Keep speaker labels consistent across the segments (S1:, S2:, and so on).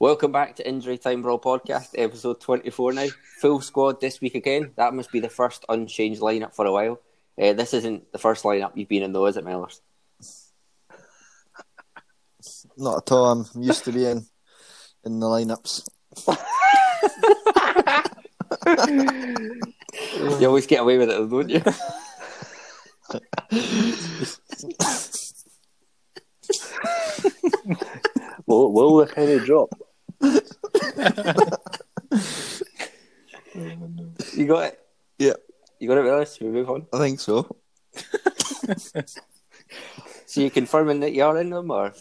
S1: Welcome back to Injury Time Brawl Podcast, episode 24 now. Full squad this week again. That must be the first unchanged lineup for a while. Uh, this isn't the first lineup you've been in, though, is it, Mellors?
S2: Not at all. I'm used to being in the lineups.
S1: You always get away with it, don't you?
S3: Will, will the penny drop?
S1: You got it?
S2: Yeah.
S1: You got it, Mellors? Should we move on?
S2: I think so.
S1: So you're confirming that you are in them, or?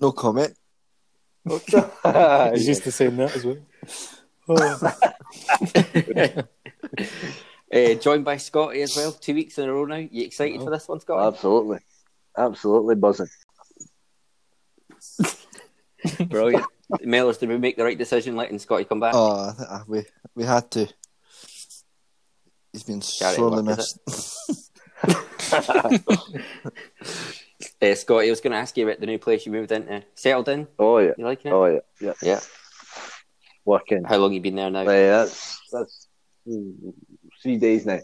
S2: No comment.
S3: Ah,
S4: He's used to saying that as well. Oh,
S1: Uh, joined by Scotty as well, two weeks in a row now. You excited for this one, Scotty?
S3: Absolutely. Absolutely buzzing.
S1: Brilliant. Mellors, did we make the right decision letting Scotty come back?
S2: Oh, I think I- we we had to. He's been
S1: Charity
S2: sorely
S1: work,
S2: missed.
S1: is Uh, Scotty, I was going to ask you about the new place you moved into. Settled in?
S3: Oh, yeah.
S1: You liking it?
S3: Oh, yeah. Yeah.
S1: Yeah.
S3: Working.
S1: How long you been there now?
S3: Aye, that's that's mm, three days now.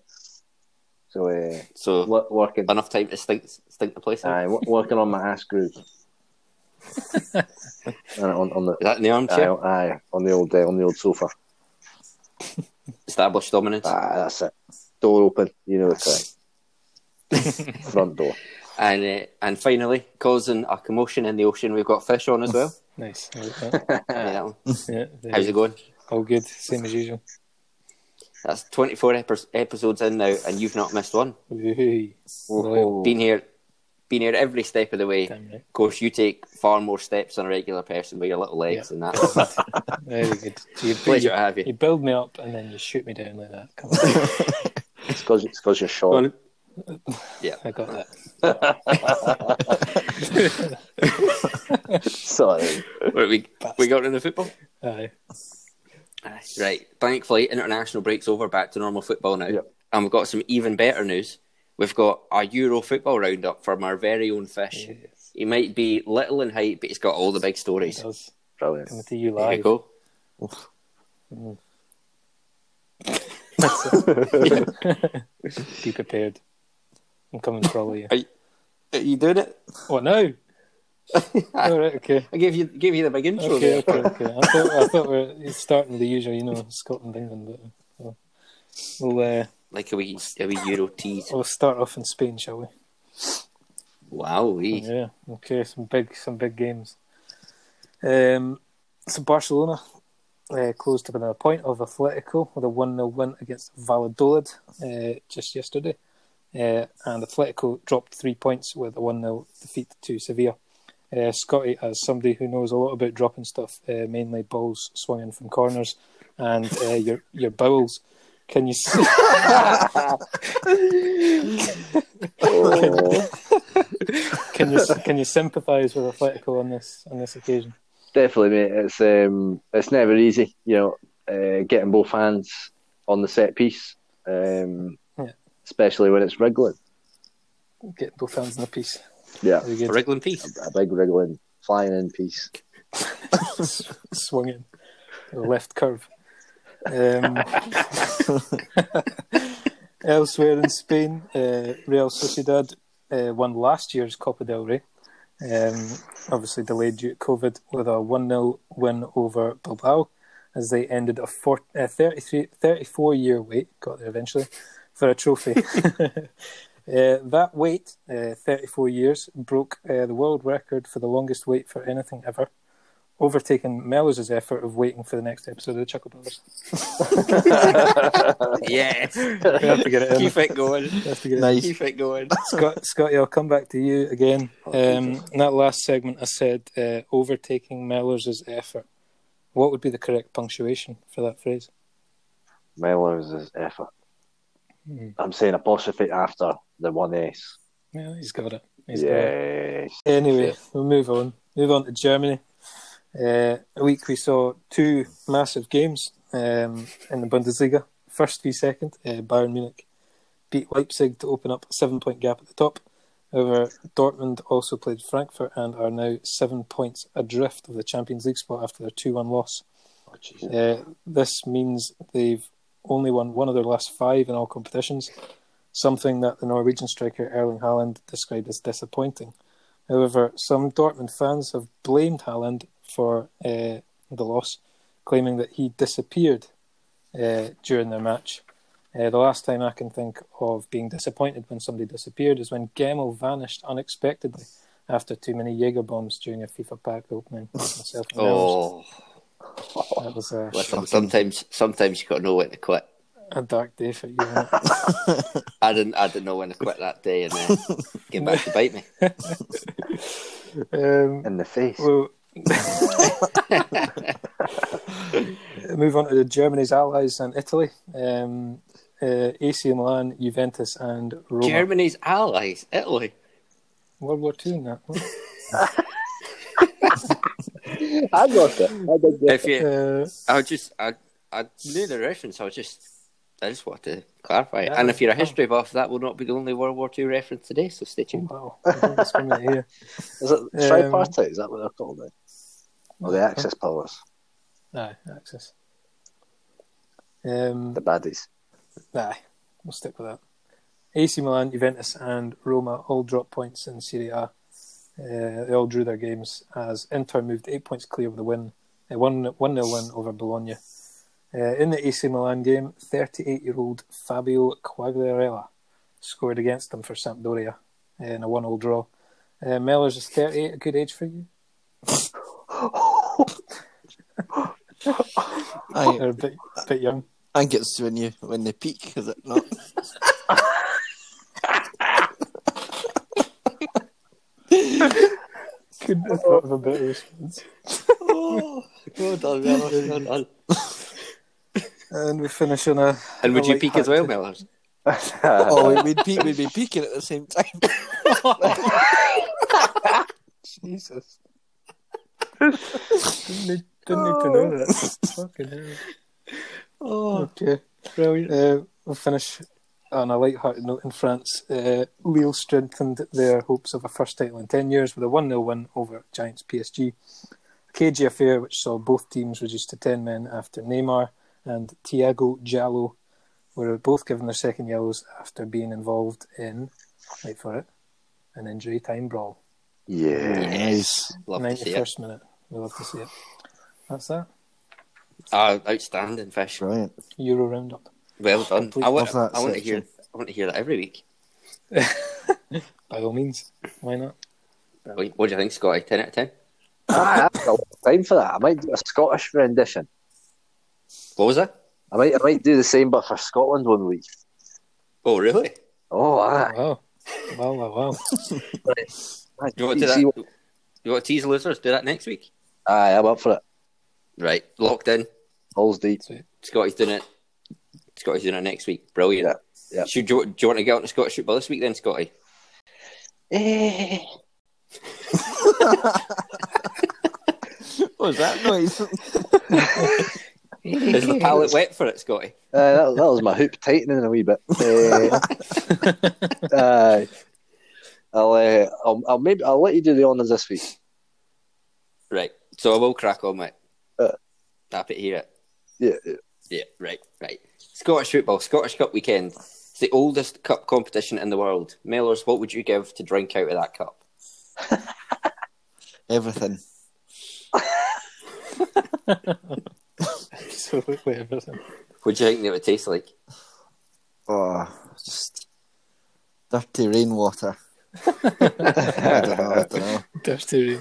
S3: So, uh,
S1: So
S3: wo- working.
S1: enough time to stink, stink the place. Up.
S3: Aye, wo- working on my ass groove. Uh, on, on the
S1: Is that in the
S3: aye,
S1: armchair?
S3: aye, on the old uh, on the old sofa.
S1: Established dominance.
S3: Aye, that's it. Door open, you know the time. Front door.
S1: And uh, and finally, causing a commotion in the ocean, we've got fish on as well.
S4: nice. I like that.
S1: Yeah, that one.
S4: Yeah, there
S1: How's
S4: you
S1: it
S4: go.
S1: going?
S4: All good. Same as usual.
S1: That's 24 epi- episodes in now, and you've not missed one.
S4: Woohoo. Loyal.
S1: Been here, been here every step of the way.
S4: Damn right.
S1: Of course, you take far more steps than a regular person with your little legs and that.
S4: Very good. You,
S1: Pleasure to have
S4: you,
S1: you.
S4: build me up and then you shoot me down like that. Come on.
S3: It's because it's because you're short.
S4: Well,
S1: Yeah.
S4: I got that.
S3: Sorry.
S1: Right, we we got into football.
S4: Aye.
S1: Right. Thankfully, international break's over back to normal football now.
S3: Yep.
S1: And we've got some even better news. We've got a Euro football roundup from our very own fish.
S4: Yes.
S1: He might be little in height, but he's got all the big stories.
S4: It does.
S3: Brilliant.
S4: Coming to you
S1: There you
S4: live.
S1: go.
S4: Be prepared. I'm coming for all of you.
S1: Are you doing it?
S4: What now? all right, okay.
S1: I gave you gave you the big intro
S4: Okay,
S1: there.
S4: okay, okay. I thought, I thought we were it's starting with the usual, you know, Scotland, England. But, uh, we'll, uh,
S1: Like a wee a wee Euro tease.
S4: we'll start off in Spain, shall we?
S1: Wow.
S4: Yeah. Okay. Some big, some big games. Um, so Barcelona uh, closed to another point of Atletico with a one 0 win against Valladolid uh, just yesterday, uh, and Atletico dropped three points with a one 0 defeat to Sevilla. Uh, Scotty, as somebody who knows a lot about dropping stuff, uh, mainly balls swung in from corners and uh, your your bowels. Can you see?
S3: Oh,
S4: Can you can you sympathise with Atletico on this on this occasion?
S3: definitely, mate. It's um, it's never easy, you know, uh, getting both hands on the set piece, um,
S4: Yeah.
S3: especially when it's wriggling.
S4: Get both hands in the piece.
S3: Yeah,
S4: Very
S1: A
S4: good.
S1: wriggling piece.
S3: a big wriggling, flying in piece.
S4: swung in the left curve. Um, elsewhere in Spain, uh, Real Sociedad uh, won last year's Copa del Rey, um, obviously delayed due to COVID, with a 1 0 win over Bilbao as they ended a 4, uh, 33, 34 year wait, got there eventually, for a trophy. Uh, that wait, uh, 34 years, broke uh, the world record for the longest wait for anything ever overtaken Mellors' effort of waiting for the next episode of the Chuckle Brothers.
S1: Yes.
S4: We have to get it in.
S1: Keep it going.
S4: We have to get it in.
S2: Nice.
S1: Keep it going.
S4: Scott, Scotty, I'll come back to you again.
S3: Oh,
S4: Um, in that last segment, I said uh, overtaking Mellors' effort. What would be the correct punctuation for that phrase?
S3: Mellors is effort.
S4: Hmm.
S3: I'm saying apostrophe after the one S.
S4: Yeah, he's got it. He's got it.
S3: Yes.
S4: Anyway, we'll move on. Move on to Germany. Uh, a week we saw two massive games um, in the Bundesliga. First v second, uh, Bayern Munich beat Leipzig to open up a seven point gap at the top. However, Dortmund also played Frankfurt and are now seven points adrift of the Champions League spot after their 2 1 loss.
S3: Oh, Jesus.
S4: Uh, this means they've only won one of their last five in all competitions, something that the Norwegian striker Erling Haaland described as disappointing. However, some Dortmund fans have blamed Haaland for uh, the loss, claiming that he disappeared uh, during their match. Uh, the last time I can think of being disappointed when somebody disappeared is when Gemmel vanished unexpectedly after too many Jaeger bombs during a FIFA pack opening. Myself and Melrose.
S1: Oh,
S4: that was a,
S2: Fucking-
S1: listen, sometimes sometimes you got to know when to quit.
S4: a dark day for you. wasn't it?
S1: I didn't I didn't know when to quit that day and uh, came back to bite me.
S4: um,
S3: In the face.
S4: Well, move on to the Germany's allies and Italy. Um, uh, AC Milan, Juventus, and Roma.
S1: Germany's allies, Italy.
S4: World War Two. in That
S3: I got it. I did get
S1: If you,
S4: uh,
S1: I was just I I knew the reference. I was just I just wanted to clarify. it.
S4: Yeah,
S1: and if you're a
S4: no.
S1: history buff, that will not be the only World War II reference today. So stay tuned.
S4: wow, I don't discriminate here.
S3: it. Is
S4: Um,
S3: it tripartite? Is that what they're called? Then? Or the Axis powers?
S4: No, Axis. Um,
S3: The baddies.
S4: Nah, we'll stick with that. AC Milan, Juventus, and Roma all dropped points in Serie A. Uh, they all drew their games as Inter moved eight points clear with a win, a one one nil win over Bologna. Uh, in the AC Milan game, 38 year old Fabio Quagliarella scored against them for Sampdoria in a 1 0 draw. Uh, Mellors is 38, a good age for you? Oh.
S2: I,
S4: Or a bit, bit young.
S2: I think it's when you when they peak, is it not?
S4: Couldn't have thought of a better response.
S1: Oh, well done, Mellors, well done.
S4: And we finish on a.
S1: And would
S4: I
S1: you
S4: like
S1: peak as well,
S4: that.
S1: Mellors?
S2: Oh, we- we'd peak, we'd be peaking at the same time.
S4: Jesus. didn't need, didn't need to know that. Fucking hell.
S1: Oh,
S4: Okay.
S1: brilliant.
S4: Uh, we'll finish on a light-hearted note in France. Uh, Lille strengthened their hopes of a first title in 10 years with a 1 0 win over Giants PSG. A cagey affair which saw both teams reduced to 10 men after Neymar and Thiago Jallo were both given their second yellows after being involved in, wait for it, an injury time brawl.
S3: yeah.
S2: Yes.
S1: Love to see it.
S4: 91st minute. We love to see it. That's that.
S1: Oh, outstanding fish.
S2: Brilliant.
S4: Euro roundup.
S1: Well done.
S4: Complete
S1: I want,
S2: love that
S1: I want to
S2: section.
S1: hear. I want to hear that every week.
S4: By all means, why not?
S1: Brilliant. What do you think, Scotty? Ten out of ten.
S3: I have got time for that. I might do a Scottish rendition.
S1: What was that?
S3: I might, I might do the same, but for Scotland one week.
S1: Oh, really?
S3: Oh, aye.
S4: Wow, wow, wow, wow.
S3: Aye,
S1: You want to do
S3: see
S1: that?
S3: what-
S1: You want to tease the losers? Do that next week.
S3: Aye, I'm up for it.
S1: Right, locked in.
S3: All's deep.
S1: Scotty's doing it. Scotty's doing it next week. Brilliant.
S3: yeah.
S1: Should, do, you- do you want to get on to Scottish football this week then, Scotty?
S3: Eh.
S2: What was that noise?
S1: Is the palate wet for it, Scotty?
S3: Uh, that, that was my hoop tightening a wee bit. Uh, uh, I'll, uh, I'll, I'll maybe I'll let you do the honours this week.
S1: Right. So I will crack on, mate.
S3: Uh.
S1: Happy to hear it.
S3: Yeah, yeah.
S1: Yeah, right, right. Scottish football, Scottish Cup weekend. It's the oldest cup competition in the world. Mellors, what would you give to drink out of that cup?
S2: Everything.
S4: Absolutely everything.
S1: What do you think it would taste like?
S2: Oh, just dirty rainwater. I don't know. I don't know.
S4: Dirty.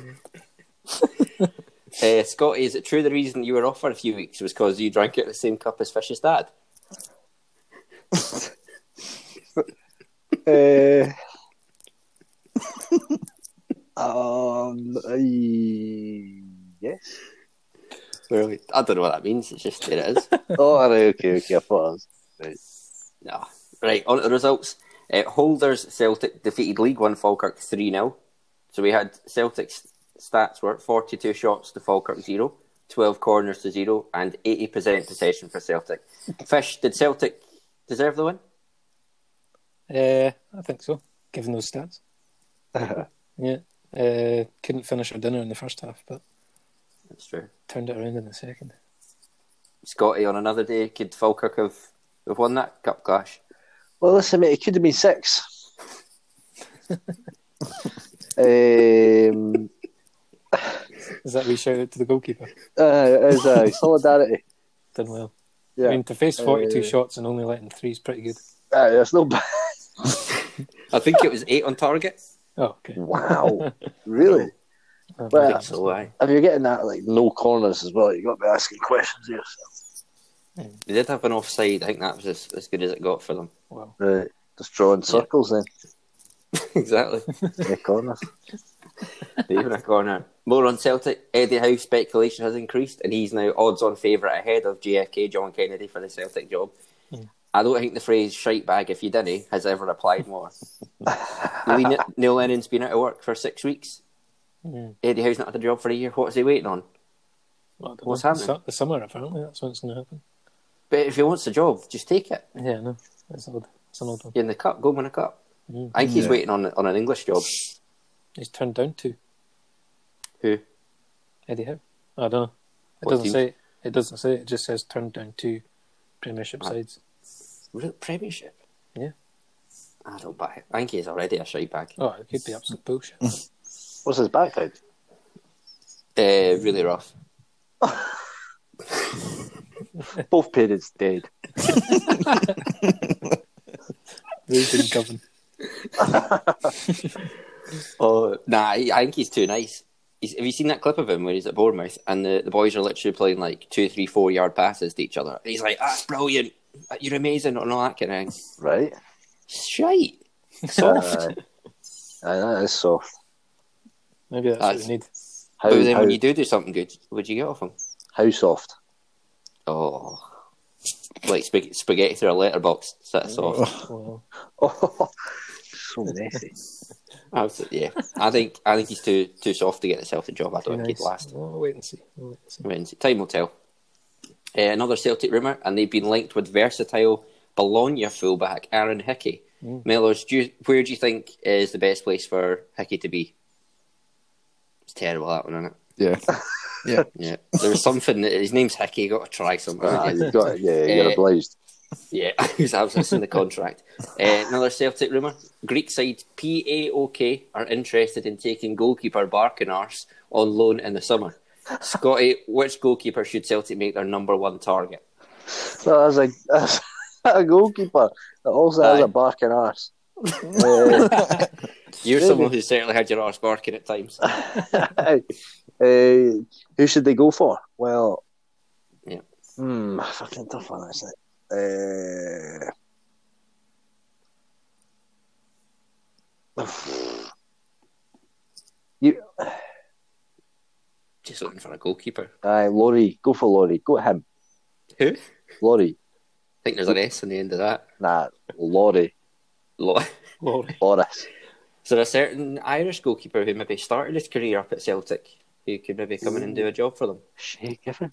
S1: Uh, Scotty, is it true the reason you were off for a few weeks was because you drank out of the same cup as Fish's dad?
S3: Uh, um, I- yes.
S1: Really? I don't know what that means. It's just there it is.
S3: Oh, all right, okay, okay. I thought I was.
S1: No. Right, on to the results. Uh, Holders Celtic defeated League One Falkirk 3 0. So we had Celtic's stats were 42 shots to Falkirk 0, 12 corners to 0, and 80% possession for Celtic. Fish, did Celtic deserve the win?
S4: Uh, I think so. Given those stats, Yeah. Uh, couldn't finish her dinner in the first half, but
S1: That's true.
S4: turned it around in the second.
S1: Scotty on another day could Falkirk have, have won that cup clash?
S3: Well, listen, mate, it could have been six. um,
S4: Is that we shout out to the goalkeeper?
S3: uh, it was, uh, solidarity.
S4: Done well.
S3: Yeah,
S4: I mean, to face 42
S3: Uh,
S4: shots and only letting three is pretty good.
S3: uh, that's not bad.
S1: I think it was eight on target.
S4: Oh, okay. Oh,
S3: Wow, really? Mm. Well,
S1: That's a lie.
S3: If you're getting that like no corners as well, you got to be asking questions here.
S1: They did have an offside. I think that was as, as good as it got for them.
S4: Wow.
S3: Right, uh, just drawing circles
S1: exactly.
S3: then. Yeah, corners.
S1: Even a corner. More on Celtic. Eddie Howe speculation has increased, and he's now odds on favourite ahead of JFK John Kennedy for the Celtic job. I don't think the phrase shite bag if you didn't eh, has ever applied more. Lee, Ni- Neil Lennon's been out of work for six weeks.
S4: Mm.
S1: Eddie Howe's not had a job for a year. What's he waiting on?
S4: Well, I don't
S1: What's
S4: know.
S1: happening?
S4: Su- The summer, apparently. That's when it's going to happen.
S1: But if he wants a job, just take it.
S4: Yeah, I know. That's odd. That's an odd one.
S1: You're in the cup, go win a cup.
S4: Mm.
S1: I think he's
S2: Yeah.
S1: waiting on on an English job.
S4: He's turned down two.
S1: Who?
S4: Eddie Howe. I don't know. It
S1: What
S4: doesn't
S1: team?
S4: say. It doesn't say. It just says turned down two Premiership sides.
S1: Real Premiership.
S4: Yeah.
S1: I don't buy it. I think he's already a shite bag.
S4: Oh, it could be absolute bullshit.
S3: What's his background?
S1: Uh, really rough.
S3: Both parents dead.
S4: Raised in Govan.
S1: Oh, nah, I I think he's too nice. He's, have you seen that clip of him when he's at Bournemouth and the, the boys are literally playing like two, three, four yard passes to each other? And he's like, that's brilliant. You're amazing. And all that kind of thing.
S3: Right.
S1: Shite.
S3: Soft. Aye, that is soft.
S4: Maybe that's what we
S1: That's-
S4: need.
S3: How,
S1: but then
S3: how,
S1: when you do do something good, would you get off him?
S3: how soft?
S1: Oh. Like spag- spaghetti through a letterbox. That's off.
S4: Well,
S3: Oh, so messy.
S1: Absolutely, yeah. I think I think he's too too soft to get himself a job. I
S4: too
S1: don't think
S4: nice.
S1: he'd last.
S4: We'll wait and see. We'll wait and see.
S1: I mean, time will tell. Uh, another Celtic rumour, and they've been linked with versatile Bologna fullback Aaron Hickey.
S4: Mm.
S1: Mellors, do you, where do you think is the best place for Hickey to be? It's terrible that one, isn't it?
S2: Yeah.
S1: Yeah, there was something. that- His name's Hickey. Got to try something.
S3: Ah, you've got, yeah, you're
S4: Uh,
S1: Eh,
S3: obliged.
S1: Yeah, who's absent in the contract. Uh, another Celtic rumour. Greek side PAOK are interested in taking goalkeeper Barkinars on loan in the summer. Scotty, which goalkeeper should Celtic make their number one target?
S3: So as a as a goalkeeper, that also has
S1: Aye.
S3: a barking arse. uh,
S1: You're someone who's certainly had your arse barking at times.
S3: aye. Uh, who should they go for? Well,
S1: Yeah.
S3: Hmm, fucking tough one, isn't it? Uh, you,
S1: Just looking for a goalkeeper.
S3: Uh, aye, Laurie, go for Laurie, go at him,
S1: Who? I
S3: Laurie.
S1: think there's an S on the end of that.
S3: Nah, Laurie,
S1: Lo-
S4: Laurie.
S3: Loris.
S1: Is there a certain Irish goalkeeper who maybe started his career up at Celtic who could maybe come in and do a job for them?
S3: Shea Giffen.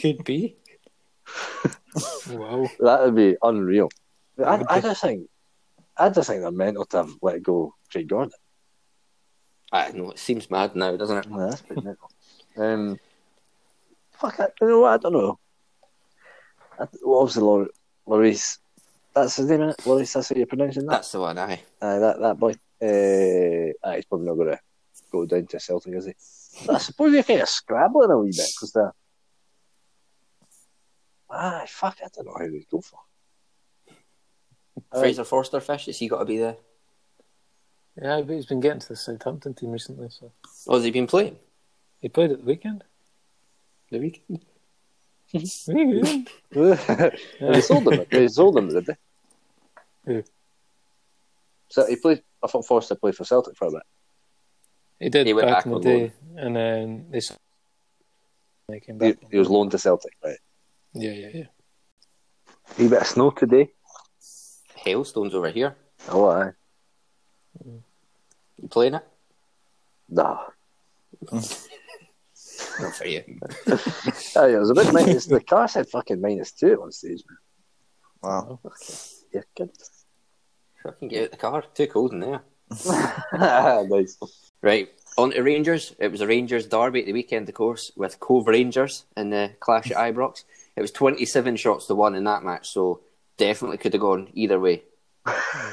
S4: Could be. wow.
S3: That would be unreal. I,
S4: would
S3: I
S4: be.
S3: just think, I just think they're mental to have let go Jay Gordon.
S1: I don't know. It seems mad now, doesn't it?
S3: Yeah, that's pretty mental. Um, fuck, I, you know what? I don't know. I, well, obviously, Lor- Loris, that's his name, isn't it? Loris, that's how you're pronouncing that.
S1: That's the one, aye.
S3: Aye, that that boy. Uh, aye, he's probably not going to go down to Celtic, is he? But I suppose you're kind of scrabbling a wee bit because they're. Aye, fuck, I don't know how they go for. Aye.
S1: Fraser Forster Fish, has he got to be there?
S4: Yeah, but he's been getting to the Southampton team recently, so
S1: Oh, has he been playing?
S4: he played at the weekend.
S1: The weekend?
S4: Weekend.
S3: they sold them. They sold them, did they?
S4: Who?
S3: So he played. I thought Forster played for Celtic for a bit.
S4: He did
S1: He went
S4: back,
S1: back
S4: in the
S1: on
S4: day, and then they, s- they came
S3: He,
S4: back.
S3: he was loaned to Celtic, right?
S4: Yeah, yeah, yeah.
S3: He bit of snow today.
S1: Hailstone's over here.
S3: Oh, aye.
S1: You playing it?
S3: Nah.
S1: Not for you.
S3: Aye, it was a bit minus. The car said fucking minus two at one stage.
S2: Wow.
S3: You're kidding.
S1: Fucking get out the car. Too cold in there.
S3: nice.
S1: Right. On to Rangers. It was a Rangers derby at the weekend, of course, with Cove Rangers in the clash at Ibrox. It was 27 shots to one in that match, so definitely could have gone either way.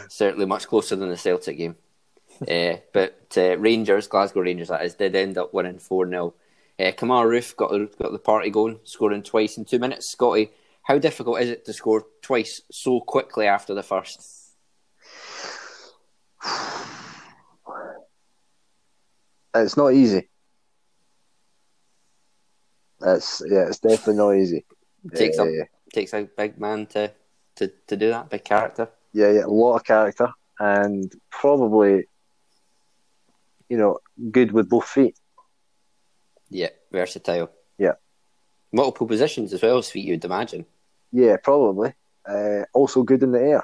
S1: Certainly much closer than the Celtic game. Uh, but uh, Rangers, Glasgow Rangers, that is, did end up winning 4 0. Uh, Kamar Roof got the, got the party going, scoring twice in two minutes. Scotty, how difficult is it to score twice so quickly after the first?
S3: It's not easy. It's yeah, it's definitely not easy.
S1: Takes
S3: yeah,
S1: up-
S3: yeah,
S1: Takes a big man to, to, to do that, big character.
S3: yeah, yeah, a lot of character and probably, you know, good with both feet.
S1: Yeah, versatile.
S3: Yeah.
S1: Multiple positions as well, sweet, you'd imagine.
S3: Yeah, probably. Uh, also good in the air.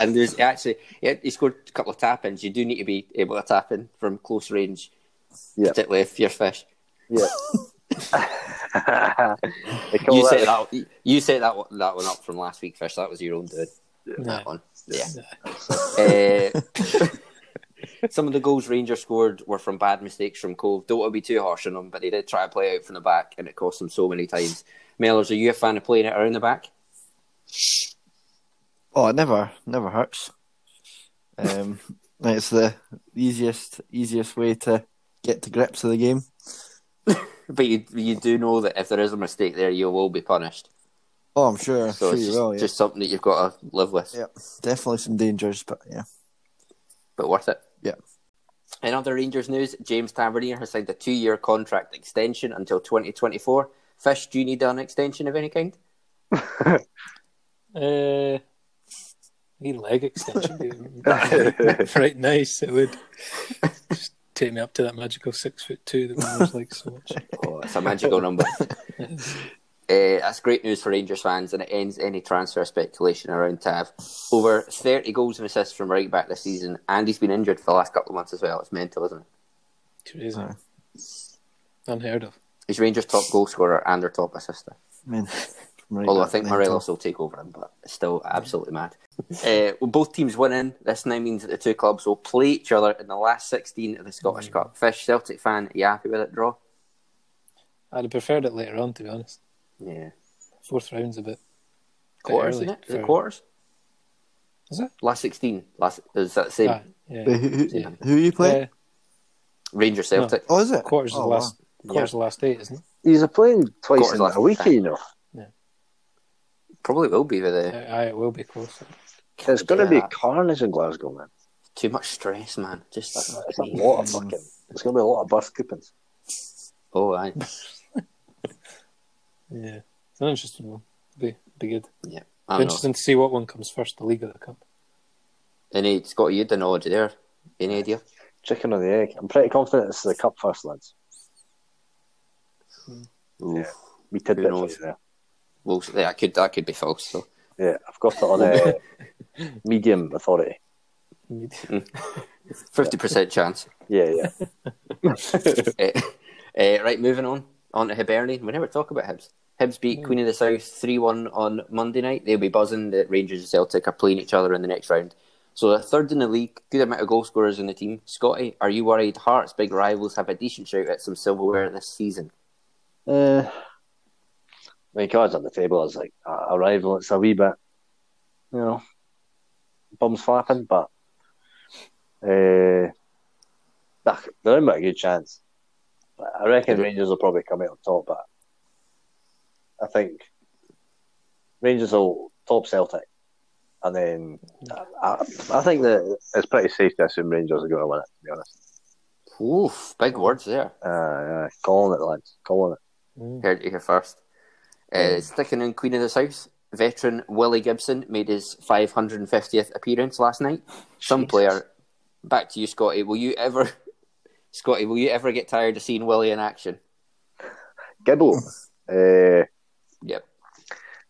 S1: And there's actually, yeah, he scored a couple of tap ins. You do need to be able to tap in from close range,
S3: Yeah.
S1: particularly if you're fish.
S3: Yeah. They call
S1: you,
S3: that-
S1: set that, you- you set that one, that one up from last week, Fish. That was your own doing.
S4: Yeah.
S1: That one. Yeah. Uh, some of the goals Rangers scored were from bad mistakes from Cove. Don't want to be too harsh on them, but they did try to play out from the back, and it cost them so many times. Mellors, are you a fan of playing it around the back?
S2: Oh, it never, never hurts. Um, it's the easiest, easiest way to get to grips of the game.
S1: But you, you do know that if there is a mistake there, you will be punished.
S2: Oh, I'm sure,
S1: So
S2: sure
S1: it's
S2: you
S1: just,
S2: will. Yeah.
S1: just something that you've got to live with,
S2: Yeah. Definitely some dangers, but yeah.
S1: but worth it.
S2: Yeah.
S1: In other Rangers news, James Tavernier has signed a two year contract extension until 2024. Fish, do you need an extension of any kind?
S4: Uh, need leg extension. dude. right, nice. It would just take me up to that magical six foot two that I was like so much.
S1: Oh, it's a magical number. uh, that's great news for Rangers fans, and it ends any transfer speculation around Tav. Over 30 goals and assists from right back this season, and he's been injured for the last couple of months as well. It's mental, isn't it?
S4: Crazy.
S2: Aye.
S4: Unheard of.
S1: He's Rangers' top goal scorer and their top assister.
S2: I mean, right
S1: Although I
S2: back
S1: think
S2: then,
S1: Morelos will take over him, but it's still absolutely mad. Uh, well, both teams winning. This now means that the two clubs will play each other in the last 16 of the Scottish
S4: Mm.
S1: Cup. Fish, Celtic fan, you happy with it, draw?
S4: I'd have preferred it later on, to be honest.
S1: Yeah.
S4: Fourth round's a bit. bit
S1: Quarters,
S4: early
S1: isn't it? Is it
S4: for-
S1: quarters?
S4: Is it?
S1: Last 16. Last, is that the same?
S4: Ah, yeah.
S2: Who, who,
S4: Yeah.
S2: who you play?
S4: Uh,
S1: Rangers, Celtic.
S2: Oh, is it?
S4: quarters
S2: oh,
S4: of the last
S1: wow.
S4: quarters of the last eight, isn't it?
S3: He's playing twice
S1: Quarters
S3: in
S1: last
S3: a week,
S1: time.
S3: you know.
S1: Probably will be with
S4: Uh,
S1: a,
S4: aye, it will be close.
S3: There's going to
S1: Yeah.
S3: be carnage in Glasgow, man.
S1: uh, too much stress, man. Just like,
S3: It's a
S1: Mm.
S3: lot of fucking. There's going to be a lot of birth coupons.
S1: oh, aye.
S4: Yeah, it's an interesting one. Be be good.
S1: I don't know.
S4: interesting to see what one comes first, the league or the cup.
S1: Any Scotty, you had the knowledge there. Any idea?
S3: Chicken or the egg. I'm pretty confident it's the cup first, lads.
S1: Oof.
S3: We tidbit for
S1: Mm. knows?
S3: you there.
S1: Well, that could that could be false. So.
S3: Yeah, I've got it on a medium authority.
S1: Fifty percent chance.
S3: Yeah, yeah.
S1: Eh, eh, right, moving on. On to Hibernian. We never talk about Hibs. Hibs beat Queen of the South three one on Monday night. They'll be buzzing that Rangers and Celtic are playing each other in the next round. So they're third in the league, good amount of goal scorers in the team. Scotty, are you worried Hearts, big rivals, have a decent shout at some silverware this season?
S3: Uh, my cards on the table I was like a a rival. It's a wee bit, you know, bums flapping, but uh, ah, they're in with a good chance. I reckon Rangers will probably come out on top, but I think Rangers will top Celtic, and then I, I I think that it's pretty safe to assume Rangers are going to win it. To be honest,
S1: Oof, big words there.
S3: uh, uh, calling it, lads, calling it.
S4: Mm.
S1: Heard it here first. Uh, sticking in Queen of the South, veteran Willie Gibson made his 550th appearance last night. Some player, back to you, Scotty. Will you ever, Scotty? Will you ever get tired of seeing Willie in action?
S3: Gibble. Uh,
S1: Yep.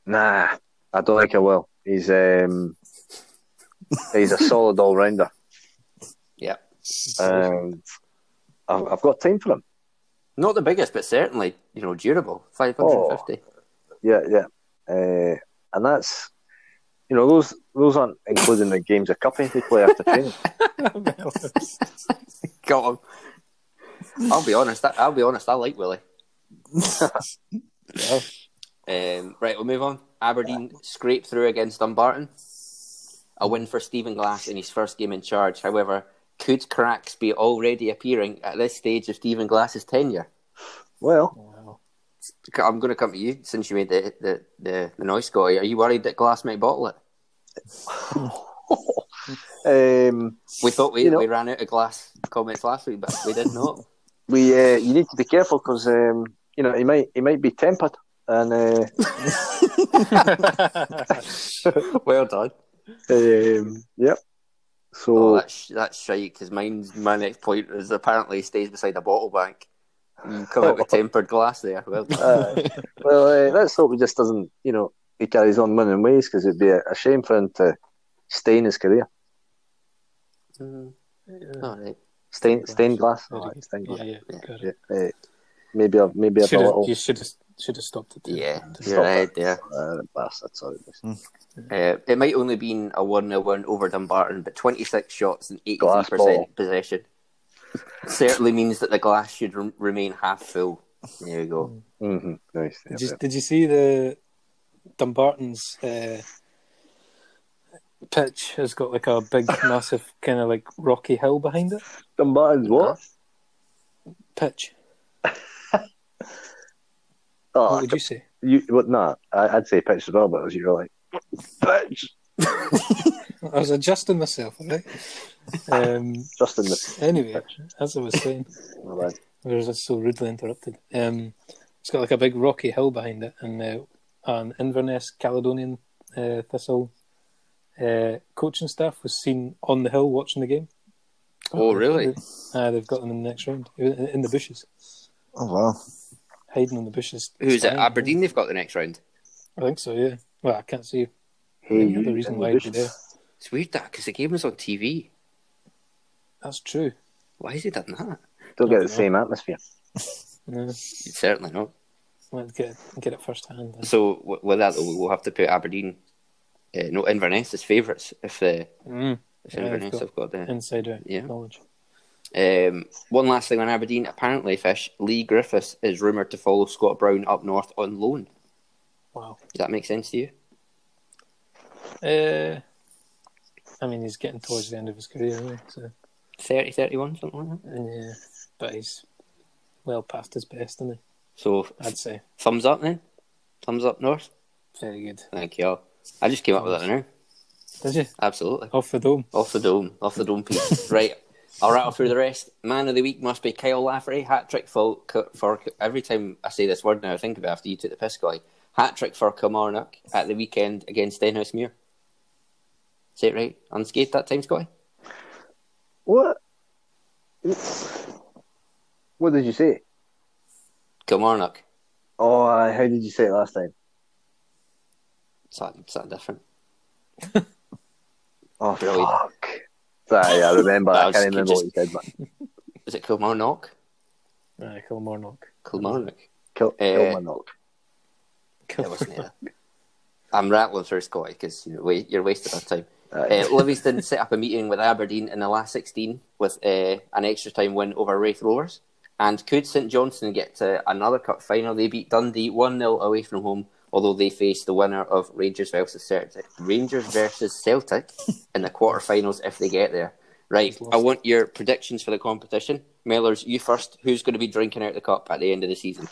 S3: Nah, I don't think I will. He's um, he's a solid all rounder,
S1: Yep.
S3: and I've, I've got time for him.
S1: Not the biggest, but certainly you know durable. 550.
S3: Yeah, yeah, uh, Eh, and that's You know, those those aren't including the games of cupping they play after training.
S1: Got him. I'll be honest. I, will be honest. I like Willie.
S3: Yeah.
S1: Um, right, we'll move on. Aberdeen scrape through against Dumbarton. A win for Stephen Glass in his first game in charge. However, could cracks be already appearing at this stage of Stephen Glass's tenure?
S3: Well,
S1: I'm going to come to you since you made the, the, the, the noise, Scotty. Are you worried that Glass might bottle it?
S3: um,
S1: We thought we,
S3: You know-
S1: we ran out of glass comments last week, but we did not.
S3: we uh, you need to be careful because um, you know he might he might be tempered and uh,
S1: well done.
S3: um, yep.
S1: Oh,
S3: So
S1: that's sh- that's shite. Because mine's my next point is apparently he stays beside a bottle bank. You come out with tempered glass there. Well, done.
S3: uh, well, uh, let's hope he just doesn't you know he carries on winning ways because it'd be a, a shame for him to stain his career,
S1: Mm, all right.
S3: stain stained glass.
S4: Very
S3: Aye,
S4: good.
S3: stained glass.
S4: yeah, yeah, got it.
S3: Yeah, eh, maybe I've maybe I've a
S4: Should've-
S3: little
S4: you should have should have stopped it.
S1: Yeah,
S3: Stop
S1: you're right. Yeah,
S3: uh, bastard. Sorry,
S1: uh, it might only been a one 0 one over Dumbarton, but twenty six shots and eighty three
S3: Glass ball.
S1: percent possession certainly means that the glass should rem remain half full. There you go.
S3: mm-hmm. nice. Yeah,
S4: Did you, did you see the Dumbarton's uh, pitch has got like a big, massive kind of like rocky hill behind it?
S3: Dumbarton's what?
S4: Pitch.
S3: Oh,
S4: what would you say?
S3: you what? Nah, I, I'd say pitch as well, but as you were like pitch,
S4: I was adjusting myself, all right? Um,
S3: just in the.
S4: anyway, as I was saying,
S3: my bad.
S4: we were just so rudely interrupted. Um, it's got like a big rocky hill behind it, and uh, an Inverness Caledonian uh, Thistle uh, coaching staff was seen on the hill watching the game.
S1: Oh, really?
S4: Uh, they've got them in the next round, in in the bushes,
S2: Oh wow.
S4: hiding in the bushes.
S1: Who's it?
S4: Spying, I think.
S1: Aberdeen. They've got the next round.
S4: I think so. Yeah. Well, I can't see
S3: Hey,
S4: any other
S3: you
S4: reason
S3: in
S4: why
S3: the
S4: it'd be
S3: bushes.
S4: there.
S1: It's weird that because the game was on TV.
S4: That's true.
S1: Why has he done that?
S3: Don't get the same atmosphere.
S4: Yeah.
S1: Certainly not.
S4: Let's get get it first hand. then.
S1: So w- with that, we'll we'll have to put Aberdeen, uh, no Inverness as favourites if the
S4: Mm.
S1: if
S4: Yeah,
S1: Inverness
S4: they've
S1: have got the.
S4: Insider
S1: Yeah.
S4: knowledge.
S1: Um, one last thing on Aberdeen. Apparently, Fish Lee Griffiths is rumoured to follow Scott Brown up north on loan.
S4: Wow.
S1: Does that make sense to you?
S4: Uh, I mean, he's getting towards the end of his career, really, so
S1: 30, 31, something like that.
S4: yeah. But he's well past his best, isn't he?
S1: So
S4: I'd say
S1: thumbs up then. Thumbs up north.
S4: very good.
S1: Thank you. all. I just came up with that now.
S4: Did you
S1: Absolutely.
S4: off the dome?
S1: Off the dome. Off the dome piece. right. I'll rattle through the rest. Man of the week must be Kyle Lafferty. Hat trick for, for every time I say this word now, I think of it after you took the piss, guy. Hat trick for Kilmarnock at the weekend against Stenhousemuir. Is it right? Unscathed that time, Scotty?
S3: What? What did you say?
S1: Kilmarnock.
S3: Oh, aye, how did you say it last time?
S1: Is that, is that different?
S3: Oh,
S1: Brilliant.
S3: fuck. Sorry, I remember.
S1: That
S3: I
S1: was
S3: can't remember
S1: just-
S3: what you said, but
S1: Is it Kilmarnock?
S4: Nah, Kilmarnock.
S1: Kilmarnock.
S3: kill, kill
S1: Eh,
S3: my knock.
S1: It wasn't either. I'm rattling through Scotty because you know, wa- you're wasting our time.
S3: Aye.
S1: Uh, Livingston set up a meeting with Aberdeen in the last 16 with uh, an extra time win over Wraith Rovers. And could St Johnstone get to another cup final? They beat Dundee 1 0 away from home, although they faced the winner of Rangers versus Celtic, Rangers versus Celtic in the quarterfinals if they get there. Right, I want your predictions for the competition. Mellors, you first. Who's going to be drinking out the cup at the end of the season?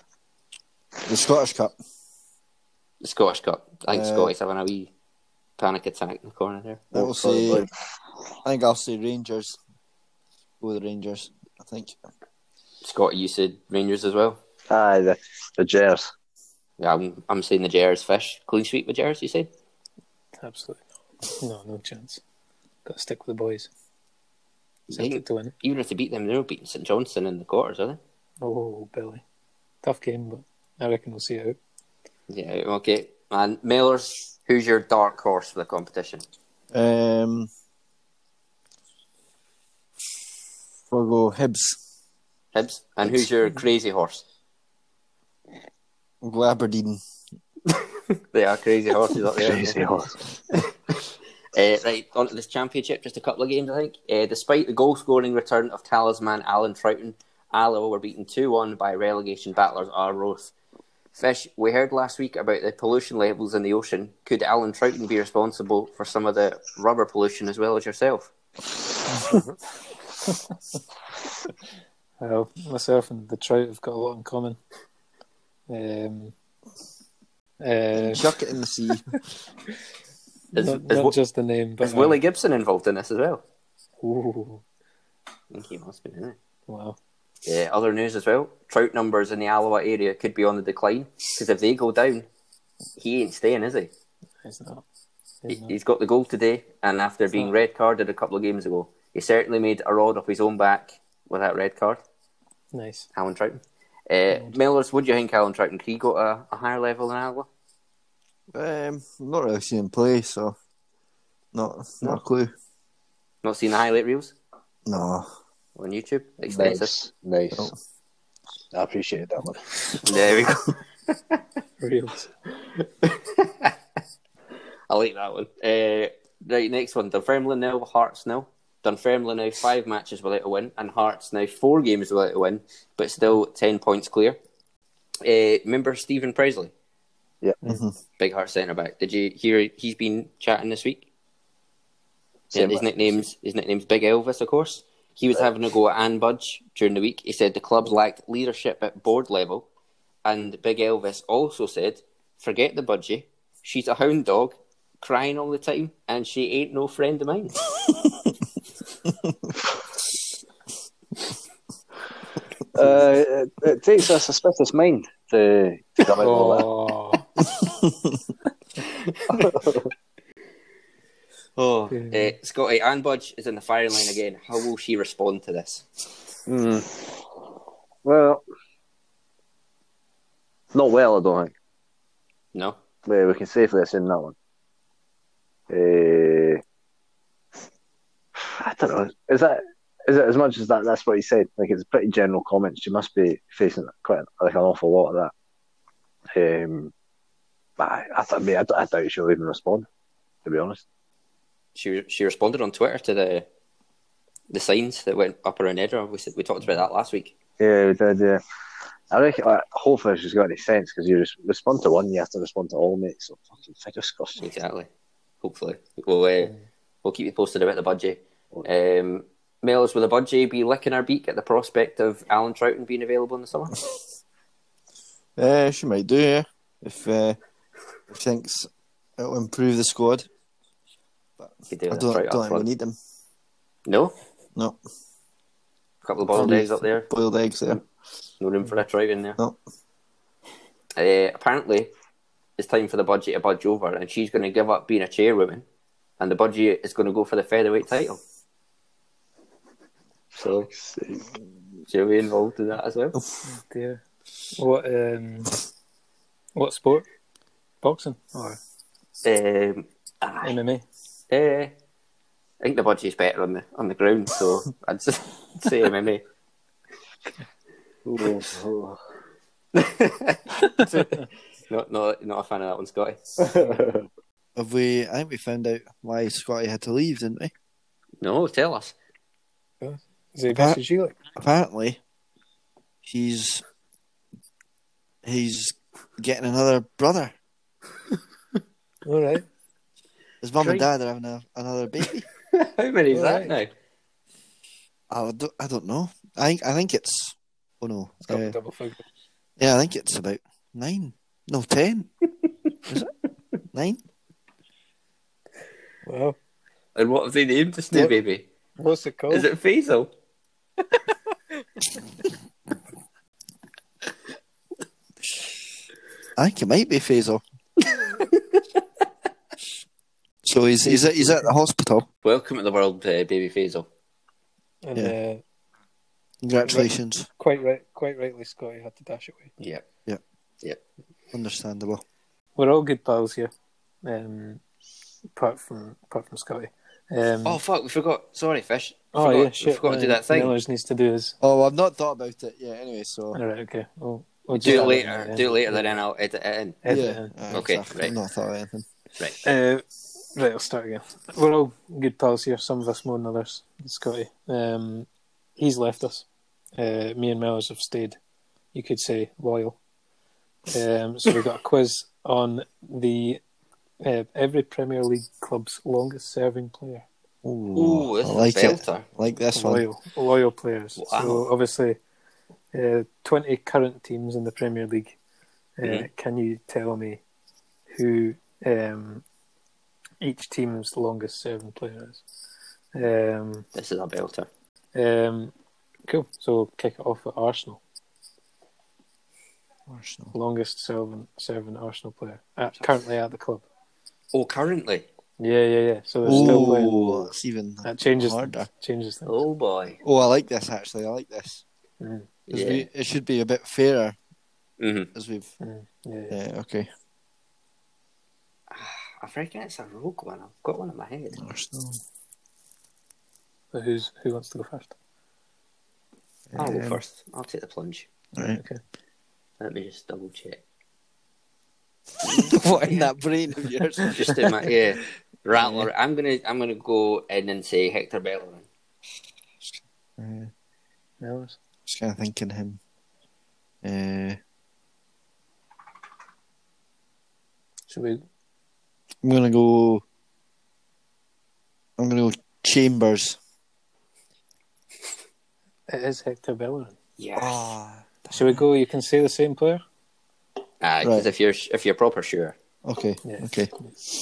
S2: The Scottish Cup.
S1: The Scottish Cup. I think
S2: Uh,
S1: Scotty's having a wee panic attack in the corner there.
S2: I will
S3: Sorry,
S2: say.
S3: boy.
S2: I think I'll say Rangers. Go with Rangers. I think.
S1: Scotty, you said Rangers as well.
S3: Aye, Ah, the, the Jers.
S1: Yeah, I'm, I'm saying the Jers fish. Clean sweep with Jers, you said?
S4: Absolutely not. No, no chance. Got to stick with the boys.
S1: Even,
S4: Celtic to win it.
S1: even if they beat them, they're not beating St Johnstone in the quarters, are
S4: Oh, Billy, tough game, but I reckon we'll see it out.
S1: they? Yeah, okay. And Mellors, who's your dark horse for the competition?
S2: Um. We'll go Hibs.
S1: Hibs. And who's your crazy horse?
S2: We'll go Aberdeen.
S1: They are crazy horses up there.
S3: Crazy horse.
S1: Uh, right, on to this championship, just a couple of games, I think. Uh, despite the goal scoring return of talisman Alan Troughton, Alloa were beaten 2 1 by relegation battlers Arrows. Fish, we heard last week about the pollution levels in the ocean. Could Alan Troughton be responsible for some of the rubber pollution as well as yourself?
S4: Well, myself and the trout have got a lot in common. Um, uh,
S2: Chuck it in the sea.
S1: Is,
S4: not,
S1: is,
S4: not
S1: Wi-
S4: just the name, but uh,
S1: is Willie Gibson involved in this as well?
S4: Ooh,
S1: I think he must be, isn't
S4: wow.
S1: he? Yeah, other news as well. Trout numbers in the Alloa area could be on the decline because if they go down, he ain't staying, is he?
S4: It's not.
S1: He-
S4: It's not.
S1: He's got the goal today, and after being red carded a couple of games ago, he certainly made a rod of his own back with that red card.
S4: Nice.
S1: Alan Troughton. Uh, Mellors, would you think Alan Troughton could he got a, a higher level than Alba?
S2: Um, not really seen him play, so not not a clue.
S1: Not seen the highlight reels
S2: No,
S1: on YouTube? Extensive.
S3: Nice. Nice.
S2: Oh.
S3: I appreciate that one.
S1: There we go.
S4: Reels.
S1: I like that one. Uh, right, next one. Dunfermline nil, Hearts nil. Dunfermline now five matches without a win, and Hearts now four games without a win, but still ten points clear. Uh, remember Stephen Presley?
S3: Yeah.
S2: Mhm.
S1: Big Heart centre back. Did you hear he's been chatting this week? Yeah,
S3: Same
S1: his
S3: back.
S1: nickname's his nickname's Big Elvis, of course. He was having a go at Ann Budge during the week. He said the clubs lacked leadership at board level, and Big Elvis also said, "Forget the budgie. She's a hound dog, crying all the time, and she ain't no friend of mine."
S3: Uh, it, it takes a suspicious mind to, to come out with
S4: Oh,
S1: Oh,
S4: Yeah.
S1: uh, Scotty, Ann Budge is in the firing line again. How will she respond to this? Oh.
S3: that. Hmm. Well, not well, I don't think.
S1: No,
S3: Yeah, we can safely assume that one. Uh, I don't know. Is that is it as much as that? That's what he said. Like it's pretty general comments. You must be facing quite like an awful lot of that. Um, but I, I, th- I mean, I, d- I doubt she'll even respond. To be honest,
S1: she she responded on Twitter to the the signs that went up around Edinburgh. We said, we talked about that last week.
S3: yeah, we did. Yeah, I reckon. Like, hopefully, she's got any sense because you just respond to one, you have to respond to all, mate. So fucking fingers crossed.
S1: Exactly. Hopefully, we'll uh, we'll keep you posted about the budget.
S2: Oh,
S1: Um, Mellors, will the budget be licking our beak at the prospect of Alan Troughton being available in the summer?
S2: uh, she might do yeah, if uh, if she thinks it'll improve the squad.
S1: Could do
S2: I
S1: with a
S2: don't,
S1: Troughton up
S2: don't think we
S1: front.
S2: need them.
S1: No,
S2: No,
S1: a couple of boiled eggs up there.
S2: Boiled eggs
S1: Mm.
S2: there.
S1: No room for a Troughton there.
S2: No.
S1: Uh, apparently, it's time for the budget to budge over, and she's going to give up being a chairwoman, and the budget is going to go for the featherweight title. So she'll be involved in that as well.
S4: dear. What, um, what sport? Boxing or
S1: Um, aye.
S4: MMA?
S1: Uh, I think the budget's better on the on the ground, so I'd s- say MMA.
S3: oh,
S1: not not not a fan of that one, Scotty.
S3: oh.
S2: Have we? I think we found out why Scotty had to leave, didn't we?
S1: No, tell us.
S4: Is it
S2: Apart-
S4: versus you? Like?
S2: Apparently, he's he's getting another brother.
S4: All right.
S2: His mum and
S1: Great.
S2: dad are having a, another baby.
S1: How many is that
S4: Alright.
S1: now?
S2: I don't, I don't know. I think I think it's. Oh no.
S4: It's got
S2: uh,
S4: a double figure.
S2: Yeah, I think it's about nine. No, ten. Is it? Nine?
S4: Wow.
S1: And what have they named this new
S4: What?
S1: baby?
S4: What's it called?
S1: Is it Faisal?
S2: I think it might be Faisal. so he's he's at, he's at the hospital.
S1: Welcome to the world, uh, baby Faisal.
S4: and
S2: yeah.
S4: uh,
S2: Congratulations.
S4: quite right, quite rightly, Scotty had to dash away.
S1: Yep.
S2: Understandable.
S4: We're all good pals here, um, apart from apart from Scotty. Um,
S1: Oh fuck, we forgot. Sorry, fish.
S4: oh,
S1: forgot,
S4: yeah, shit.
S1: We forgot to do
S4: right.
S1: that thing.
S4: Millers needs to do his.
S2: Oh, well, I've not thought about it yet. Anyway, so
S4: All right, okay. We'll, we'll
S1: do
S4: just
S1: it
S4: add
S1: later.
S4: in,
S1: Do it
S4: uh,
S1: later, then I'll edit it in.
S4: edit it
S2: yeah.
S4: in.
S2: aye,
S1: Okay,
S2: exactly.
S1: right.
S2: I've not thought of anything.
S4: Uh, Right, I'll start again. We're all good pals here, some of us more than others. Scotty. Um, he's left us. Uh, me and Mellors have stayed, you could say, loyal. Um, so we've got a quiz on the uh, every Premier League club's longest serving player.
S1: Ooh,
S2: I
S1: this
S2: like
S1: is a
S2: it.
S1: belter.
S2: Like this one.
S4: loyal, loyal players.
S1: Wow.
S4: So obviously, uh, twenty current teams in the Premier League. Uh,
S1: Mhm.
S4: Can you tell me who um, each team's longest serving player is? Um,
S1: This is a belter.
S4: um, cool. So we'll kick it off at Arsenal.
S2: Arsenal.
S4: Longest serving serving Arsenal player at, currently at the club.
S1: Oh, currently.
S4: Yeah, yeah, yeah. So they're still playing.
S2: Ooh, it's even
S4: That changes
S2: harder.
S4: changes things.
S1: Oh boy.
S2: Oh, I like this actually. I like this.
S4: Mm,
S2: 'Cause
S1: Yeah.
S2: we- it should be a bit fairer
S1: Mhm.
S2: as we've.
S4: mm, yeah, yeah.
S2: Yeah, okay.
S1: I reckon it's a rogue one. I've got one in my head.
S2: Arsenal.
S4: But who's who wants to go first?
S1: I'll go
S2: Um,
S1: first. I'll take the plunge.
S2: Right.
S4: Okay.
S1: Let me just double check.
S2: what in that brain of yours?
S1: Just in my yeah. Rattler. I'm gonna I'm gonna go in and say Hector Bellerin.
S2: Uh,
S4: Mellors?
S2: just kind of thinking him. Uh,
S4: Should we?
S2: I'm gonna go. I'm gonna go Chambers.
S4: It is Hector Bellerin.
S1: Yes.
S2: Oh,
S4: Should we go? You can say the same player.
S1: Aye, 'cause
S2: Right.
S1: if you're if you're proper sure,
S2: Okay.
S4: Yeah.
S2: Okay.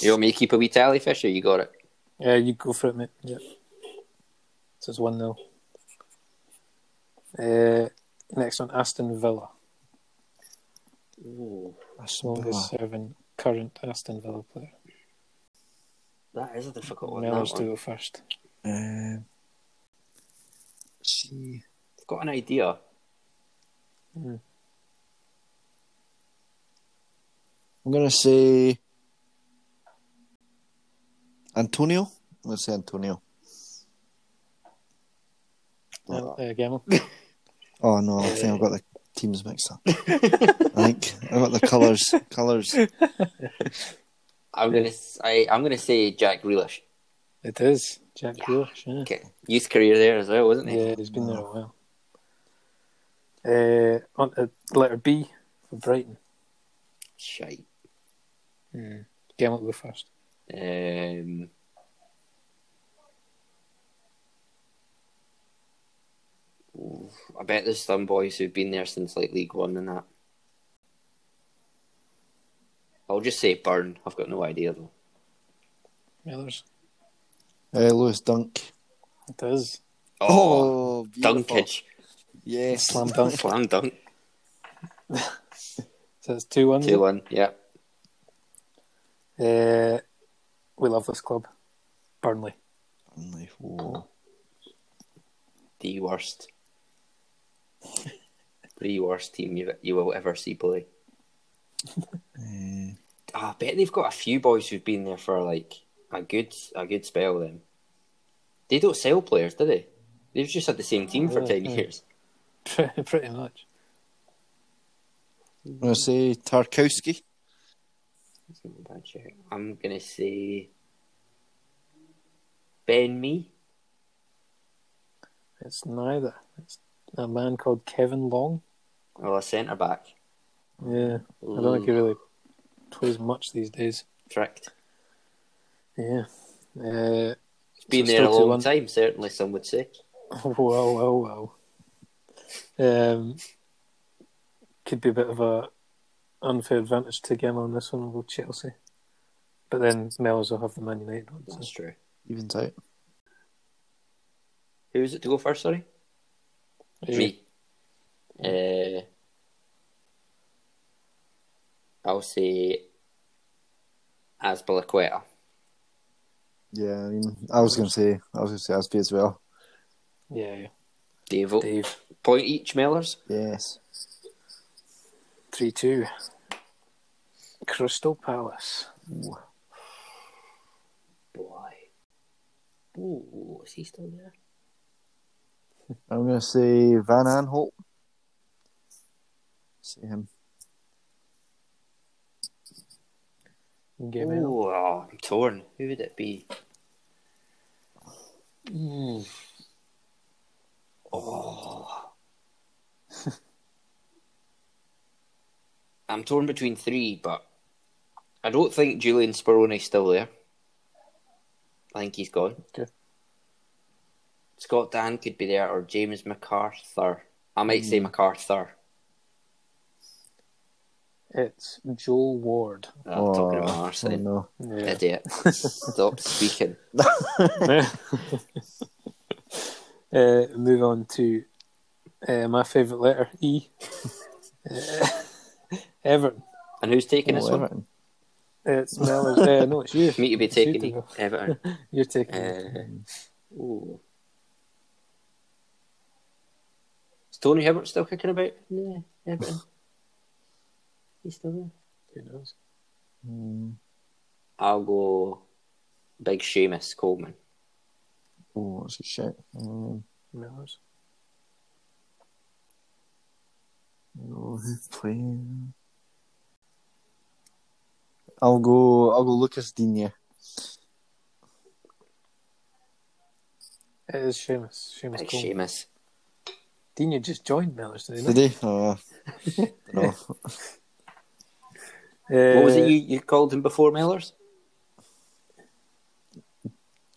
S1: you want me to keep a wee tally, Fisher? You got it.
S4: Yeah, you go for it, mate. Yeah. So it's one 0 Uh, next on Aston Villa.
S1: Ooh,
S4: Longest serving current Aston Villa player.
S1: that is a difficult one.
S4: Mellors
S1: That
S4: to
S1: one.
S4: go first.
S2: Um, see.
S1: I've got an idea.
S2: I'm gonna say Antonio. I'm gonna say Antonio.
S4: Uh, uh, Gemmell.
S2: Oh no, I think I've got the teams mixed up. I think I've got the colours. Colours. Uh,
S1: I'm gonna I, I'm gonna say Jack Grealish.
S4: It is Jack Grealish. Yeah.
S1: Okay. Youth career there as well, wasn't he?
S4: Yeah, he's been there a while. Uh, on to letter B for Brighton.
S1: Shite.
S4: Mm. Gemmell go first.
S1: Um, oof, I bet there's some boys who've been there since like League One and that. I'll just say Burn. I've got no idea though.
S4: Mellors.
S2: Uh, Lewis Dunk.
S4: It is.
S1: Oh,
S2: beautiful.
S1: Dunkage,
S2: Yes.
S4: Slam dunk.
S1: slam dunk,
S4: So it's two one.
S1: two one. Yeah,
S4: Uh, we love this club, Burnley.
S2: Burnley. Whoa.
S1: the worst, the worst team you you will ever see play.
S2: Uh,
S1: Ah, I bet they've got a few boys who've been there for like a good a good spell. Then they don't sell players, do they? They've just had the same team for ten
S4: Yeah.
S1: years.
S4: Pretty much.
S2: I'm gonna say Tarkowski.
S1: That's not a bad check. I'm gonna say Ben Me.
S4: It's neither. It's a man called Kevin Long.
S1: Oh, a centre back.
S4: Yeah, I don't think he really plays much these days.
S1: tricked.
S4: Yeah. Uh,
S1: He's been
S4: So
S1: there a
S4: still
S1: long
S4: 2-1.
S1: time, certainly. Some would say.
S4: wow, wow, wow. Um, could be a bit of a unfair advantage to Gemmell on this one. We'll go Chelsea, but then Mellors will have the Man United one. So.
S1: That's true.
S2: Evens out.
S1: Who is it to go first? Sorry, me. Uh, I'll say Azpilicueta.
S2: Yeah, I mean, I was gonna say, I was gonna say Aspie as well.
S4: Yeah, yeah.
S1: Dave, vote
S4: Dave,
S1: point each, Mellors.
S2: Yes.
S4: three two. Crystal Palace.
S1: Boy. Ooh, is he still there?
S2: I'm gonna say Van Aanholt. See him.
S4: Game out.
S1: Ooh, ah, I'm torn. Who would it be? Mm. Oh. I'm torn between three, but I don't think Julian Speroni's still there. I think he's gone.
S4: Okay.
S1: Scott Dan could be there, or James MacArthur. I might
S4: Hmm.
S1: say MacArthur.
S4: It's Joel Ward.
S1: Ah, I'm talking about arse
S2: oh,
S1: then.
S2: no.
S4: Yeah.
S1: Idiot. Stop speaking.
S4: Uh, move on to uh, my favourite letter, E. uh, Everton.
S1: And who's taking this
S2: Oh,
S1: one?
S2: Everton.
S4: It's Mellors. Uh, no, it's you.
S1: Me to be
S4: It's you
S1: taking
S4: to
S1: E.
S4: go.
S1: Everton.
S4: You're taking it.
S1: Uh, ooh. Is Tony Hibbert still kicking about? Yeah, Everton. He's still there.
S4: Who knows?
S2: Mm.
S1: I'll go Big Seamus Coleman.
S2: Oh, that's a shit. Um,
S4: Mellors.
S2: oh, who's playing? I'll go. I'll go. Lucas Digne.
S4: It is Seamus. Seamus
S1: Big
S4: Coleman.
S1: Seamus.
S4: Dean, you just joined Mellors, did you
S2: Did he? Oh, no.
S4: not?
S1: What was
S4: Uh,
S1: it you, you called him before, Mellors?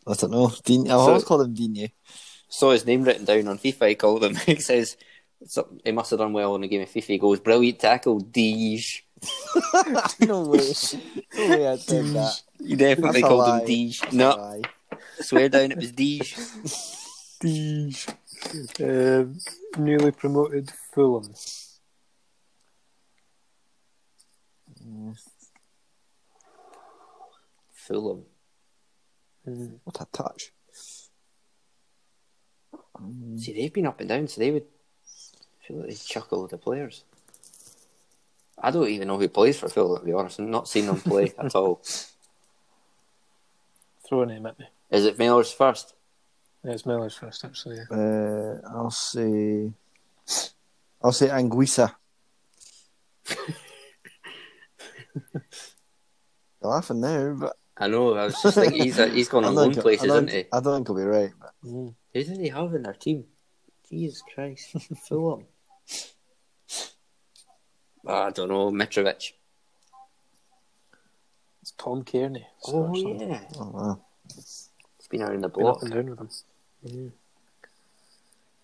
S2: I don't know. Dean. I've
S1: So-
S2: always called him Digne.
S1: Saw his name written down on FIFA. He called him. He says something, he must have done well in the game of FIFA. He goes, brilliant tackle, Deej.
S2: no way. No way. I said that.
S1: You definitely
S2: That's a
S1: called
S2: lie.
S1: him Deej. No,
S2: Aye.
S1: swear down it was Deej.
S4: Um, newly promoted Fulham.
S1: Fulham.
S4: Mm.
S2: What a touch.
S1: See, they've been up and down, so they would feel like they chuck all the players. I don't even know who plays for Fulham, to be honest. I've not seen them play at all.
S4: Throw a name at me.
S1: Is it Mellors first?
S4: Yeah, it's Mellors first, actually. yeah.
S2: Uh, I'll say. I'll say Anguissa. You're laughing now, but
S1: I know. I was just thinking he's, he's gone
S2: I
S1: on
S2: don't
S1: loan
S2: think-
S1: places,
S2: I don't,
S1: isn't he?
S2: I don't think he'll be right. But
S4: Mm.
S1: Who do they have in their team? Jesus Christ, Fulham. Ah, I don't know, Mitrovic.
S4: It's Tom Kearney.
S1: Oh
S4: Scottish lad.
S1: yeah,
S2: oh wow,
S1: it's been around the
S4: Been up
S1: block.
S4: and down with him.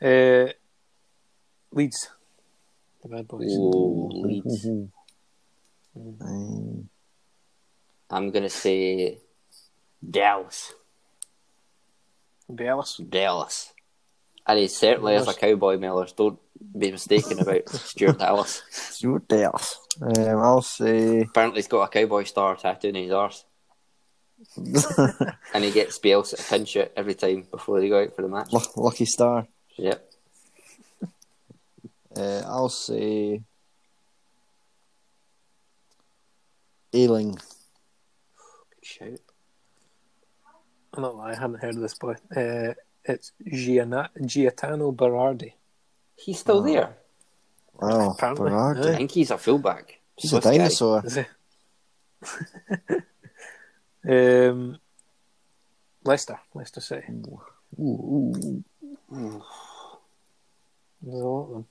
S4: Uh, Leeds. The bad boys.
S1: Oh, Leeds.
S2: Um,
S1: I'm gonna say Dallas.
S4: Dallas.
S1: Dallas. And he certainly is a
S4: Dallas.
S1: cowboy, Mellors. Don't be mistaken about Stuart Dallas.
S2: Stuart Dallas. Um, I'll say.
S1: Apparently, he's got a cowboy star tattooed in his arse, and he gets Bielsa to pinch it every time before they go out for the match.
S2: Lu- Lucky Star.
S1: Yep.
S2: Uh, I'll say. Ailing.
S1: Good shout.
S4: I'm not lying, I haven't heard of this boy. Uh, it's Giana- Giattano Berardi.
S1: He's
S2: Oh.
S1: still there.
S2: Wow,
S4: Apparently.
S2: Berardi.
S1: I think he's a fullback.
S2: He's
S1: Swiss
S2: a
S1: guy.
S2: dinosaur.
S4: Is it? um, Leicester. Leicester City.
S2: Ooh, ooh, ooh.
S4: There's a lot of them.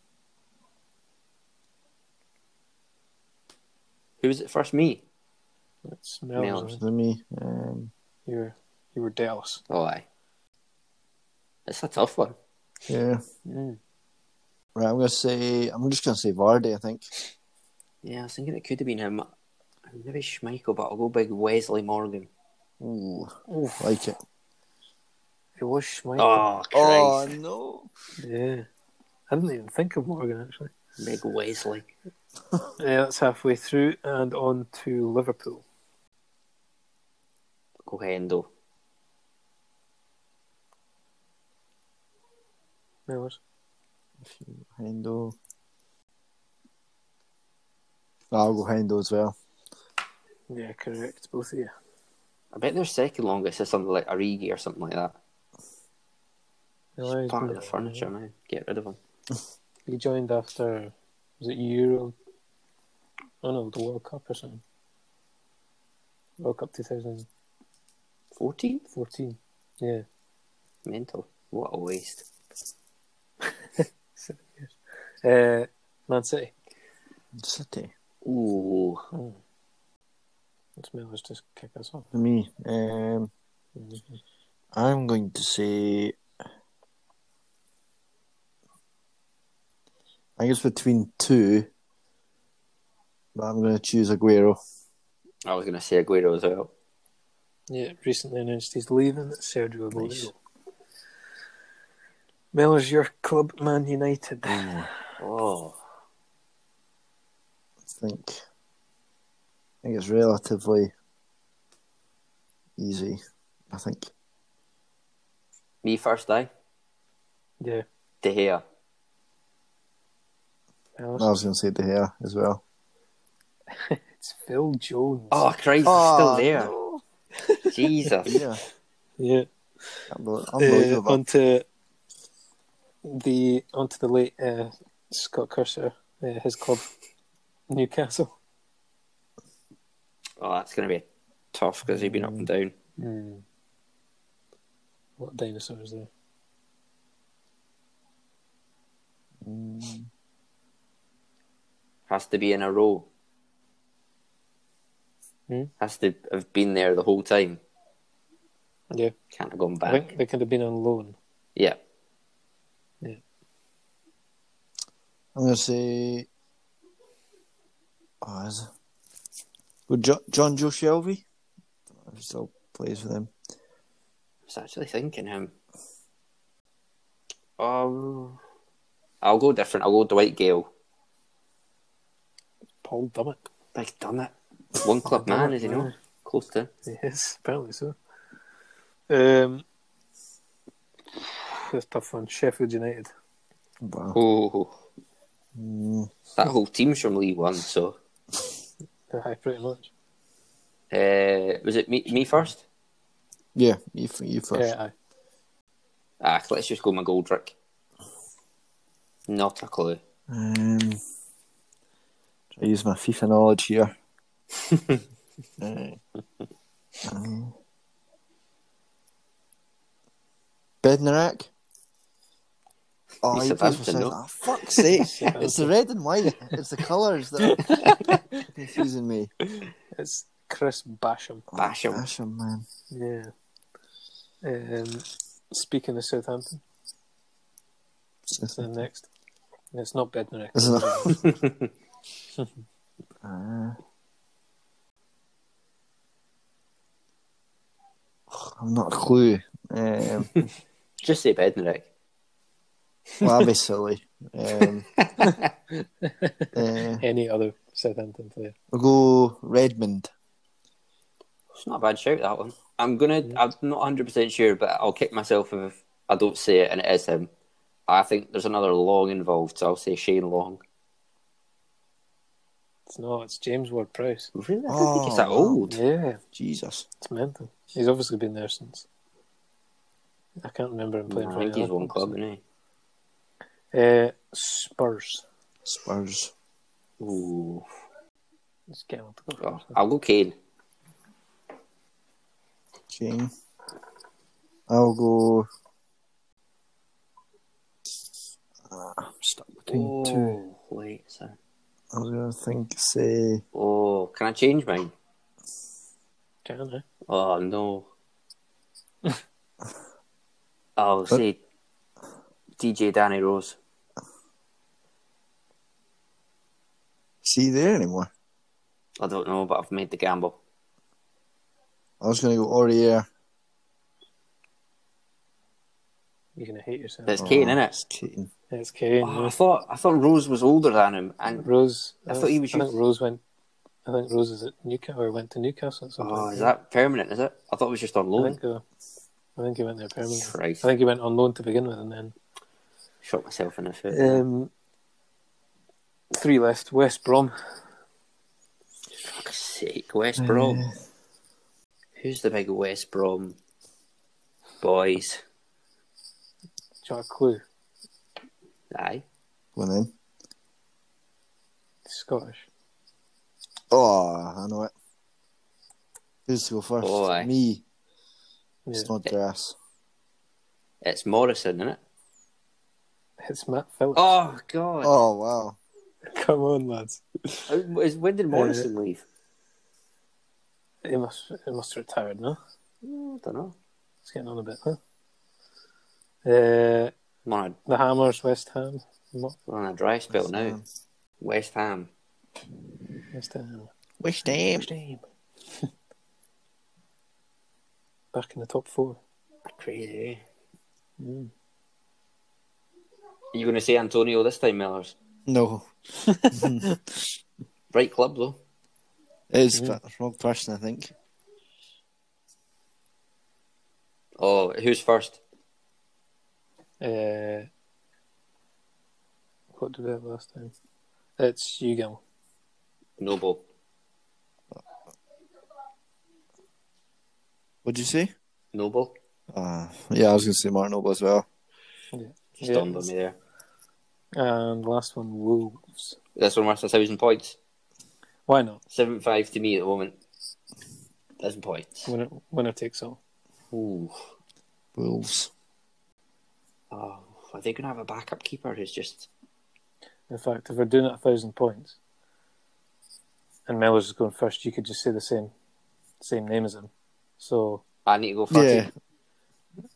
S1: Who was it first? Me.
S4: It smells.
S1: Mellors.
S2: Let me. Um,
S4: You were, you were Dallas.
S1: Oh, aye. It's a tough one.
S2: yeah.
S4: Mm.
S2: Right, I'm gonna say I'm just gonna say Vardy. I think.
S1: Yeah, I was thinking it could have been him. Maybe Schmeichel, but I'll go big Wesley Morgan.
S2: Ooh,
S4: Oof.
S2: like it.
S4: It was Schmeichel.
S1: Oh, Christ.
S2: no!
S4: Yeah. I didn't even think of Morgan, actually.
S1: Big Wesley.
S4: Yeah, that's halfway through and on to Liverpool.
S1: Go Hendo.
S4: Millers.
S2: Hendo. I'll go Hendo as well.
S4: Yeah, correct. Both of you.
S1: I bet their second longest is something like Origi or something like that. He's part of the furniture now. Get rid of him.
S4: He joined after, Oh, was it Euro? I don't know, the World Cup or something. World Cup 2014.
S1: 14?
S4: Yeah.
S1: Mental. What a waste.
S4: Seven years. Uh, Man City.
S2: City.
S1: Ooh.
S4: Let's maybe let's just kick us off. Mm-hmm.
S2: For me, um, I'm going to say. I think it's between two, but I'm going to choose Aguero.
S1: I was going to say Aguero as well.
S4: Yeah, recently announced he's leaving. It's Sergio Aguero.
S2: Nice.
S4: Miller's your club, Man United.
S2: Mm.
S1: Oh.
S2: I think, I think it's relatively easy. I think
S1: Me first, I.
S4: Yeah.
S1: De Gea.
S4: Alice.
S2: I was going to say De Gea as well.
S4: It's Phil Jones.
S1: Oh, Christ,
S2: Oh,
S1: he's still there. Jesus.
S2: Yeah,
S4: yeah.
S2: unbel-
S4: Uh,
S2: unbelievable.
S4: onto the onto the late uh, Scott Cursor, uh, his club, Newcastle.
S1: Oh, that's going to be tough because he's been up and down.
S2: Mm.
S4: What dinosaurs there?
S1: Has to be in a row.
S4: Hmm?
S1: Has to have been there the whole time.
S4: Yeah,
S1: Can't have gone
S4: I
S1: back.
S4: think they could have been on loan.
S1: Yeah.
S2: I'm going to say. Oh, is Would jo- John Joe Shelby? If he still plays for them.
S1: I was actually thinking him. Um, I'll go different. I'll go Dwight Gale.
S4: Paul Dummett.
S1: Like done it. One club man, is he not? Close to.
S4: Yes, apparently so. Um, that's a tough one. Sheffield United.
S2: Wow.
S1: Oh,
S2: Mm,
S1: that whole team's from League One. So,
S4: Aye, pretty much.
S1: uh, was it me? Me first?
S2: yeah, you, f- you first.
S4: Yeah, aye.
S1: Ah, let's just go my Goldrick. Not a clue.
S2: Um, try to use my FIFA knowledge here. uh, um, Bednarak? Oh,
S1: He's
S2: he plays for
S1: Southampton,
S2: South-
S1: no?
S2: oh, fuck's sake. it's the red and white. It's the colours that are confusing me.
S4: It's Chris Basham.
S2: Oh,
S1: Basham.
S2: Basham, man.
S4: Yeah. Um, speaking of Southampton,
S1: Mm-hmm.
S4: the next. And It's not Bednarik.
S2: Isn't it? uh, I'm not a clue. Um,
S1: Just say Bednarik.
S2: well, that'd be silly. Um, uh,
S4: Any other Southampton player?
S2: we'll go Redmond.
S1: It's not a bad shout that one. I'm gonna. I'm not 100 percent sure, but I'll kick myself if I don't say it and it is him. I think there's another Long involved, so I'll say Shane Long.
S4: It's not. It's James Ward Prowse.
S1: Really? I don't
S2: Oh,
S1: think it's that
S2: wow.
S1: old.
S4: Yeah,
S2: Jesus.
S4: it's mental. He's obviously been there since. I can't remember him playing
S1: I
S4: for
S1: think he's
S4: England.
S1: one club, isn't
S4: Uh, Spurs.
S2: Spurs.
S1: he? Ooh.
S4: Let's get on to
S1: Oh, I'll go Kane.
S2: Jane. I'll go. Ah, I'm stuck between two.
S1: Oh, wait, so.
S2: I was going to think, say.
S1: Oh, can I change mine?
S4: Can I?
S1: Oh no. I'll say DJ Danny Rose.
S2: See there anymore.
S1: I don't know, but I've made the gamble.
S2: I was going to go Aurier.
S4: You're gonna hate yourself.
S1: It's Kane,
S2: Oh,
S1: innit?
S2: It's Kane.
S4: It's Kane.
S1: Oh, I thought I thought Rose was older than him, and
S4: Rose. uh,
S1: I thought he was
S4: I
S1: your-
S4: think Rose went. I think Rose is at Newcastle or went to Newcastle. At some
S1: oh,
S4: point.
S1: is that permanent? Is it? I thought it was just on
S4: I
S1: loan.
S4: think. Uh, I think he went there permanently.
S1: Christ,
S4: I think he went on loan to begin with, and then
S1: shot myself in the foot.
S4: Um, three left. West Brom.
S1: Fuck's sake, West Brom. Who's the big West Brom boys?
S4: Do you want a clue?
S1: Aye,
S2: Going in.
S4: Scottish.
S2: Oh, I know it. Who's to go first?
S1: Oh, aye.
S2: Me.
S4: Yeah.
S2: It's not grass.
S1: It's Morrison, isn't it?
S4: It's Matt Phillips.
S1: Oh God!
S2: Oh wow.
S4: Come on, lads.
S1: How- Uh, is- When
S4: Uh,
S1: did Morrison leave?
S4: He must he must have retired now.
S1: Mm, I don't know.
S4: It's getting on a bit, huh? Uh,
S1: I'm on
S4: the Hammers, West Ham. Mo-
S1: a, on a dry spell now.
S4: um,
S1: West Ham.
S4: West Ham.
S2: Wish name.
S4: Back in the top four.
S1: Crazy. eh?
S4: Mm.
S1: Are you going to say Antonio this time, Mellors?
S2: uh, No.
S1: Right club though.
S2: It is but wrong person, I think.
S1: Oh, who's first?
S4: Uh, what did we have last time? It's you, Gil.
S1: Noble.
S2: What'd you say?
S1: Noble.
S2: Uh, yeah, I was gonna say Martin Noble as well.
S1: Just
S4: Yeah.
S1: on me there.
S4: And last one, Wolves.
S1: This one worth a thousand points.
S4: Why not?
S1: Seven five to me at the moment. Thousand points.
S4: Winner, winner takes all.
S1: Ooh.
S2: Wolves.
S1: Oh, are they going to have a backup keeper who's just
S4: In fact, if we're doing it a thousand points, and Mellors is going first, you could just say the same, same name as him. So,
S1: I need to go first.
S2: Yeah.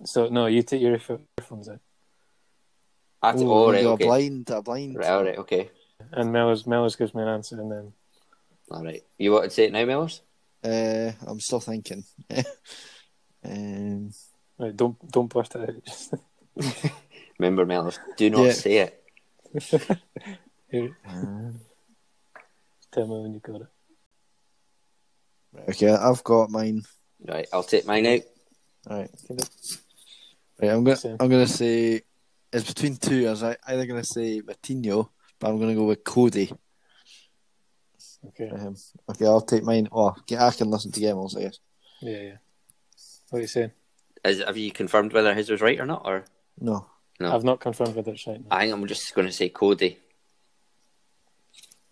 S4: so no, you take your earph- earphones out,
S1: I t-
S2: Ooh,
S1: oh, right,
S2: a
S1: okay.
S2: blind, a blind.
S1: Right, all right, okay.
S4: and Mellors, Mellors gives me an answer, and then
S1: All right. You want to say it now, Mellors?
S2: Uh, I'm still thinking. um,
S4: right, don't don't blurt it out. Just
S1: Remember, Mellors, do not
S2: Yeah.
S1: say it.
S4: here,
S2: uh,
S4: tell me when you got it.
S2: right, okay, I've got mine.
S1: Right, I'll take mine out.
S2: All right.
S4: Okay.
S2: Right, I'm gonna
S4: Same.
S2: I'm gonna say it's between two. I was ei- either gonna say Matinho, but I'm gonna go with Cody.
S4: Okay,
S2: Um, okay, I'll take mine. Oh, okay, I can listen to Gemmels, I guess.
S4: yeah, yeah. What are you saying?
S1: Is, have you confirmed whether his was right or not? Or
S2: No,
S1: No.
S4: I've not confirmed whether it's right. Now.
S1: I think I'm just going to say Cody.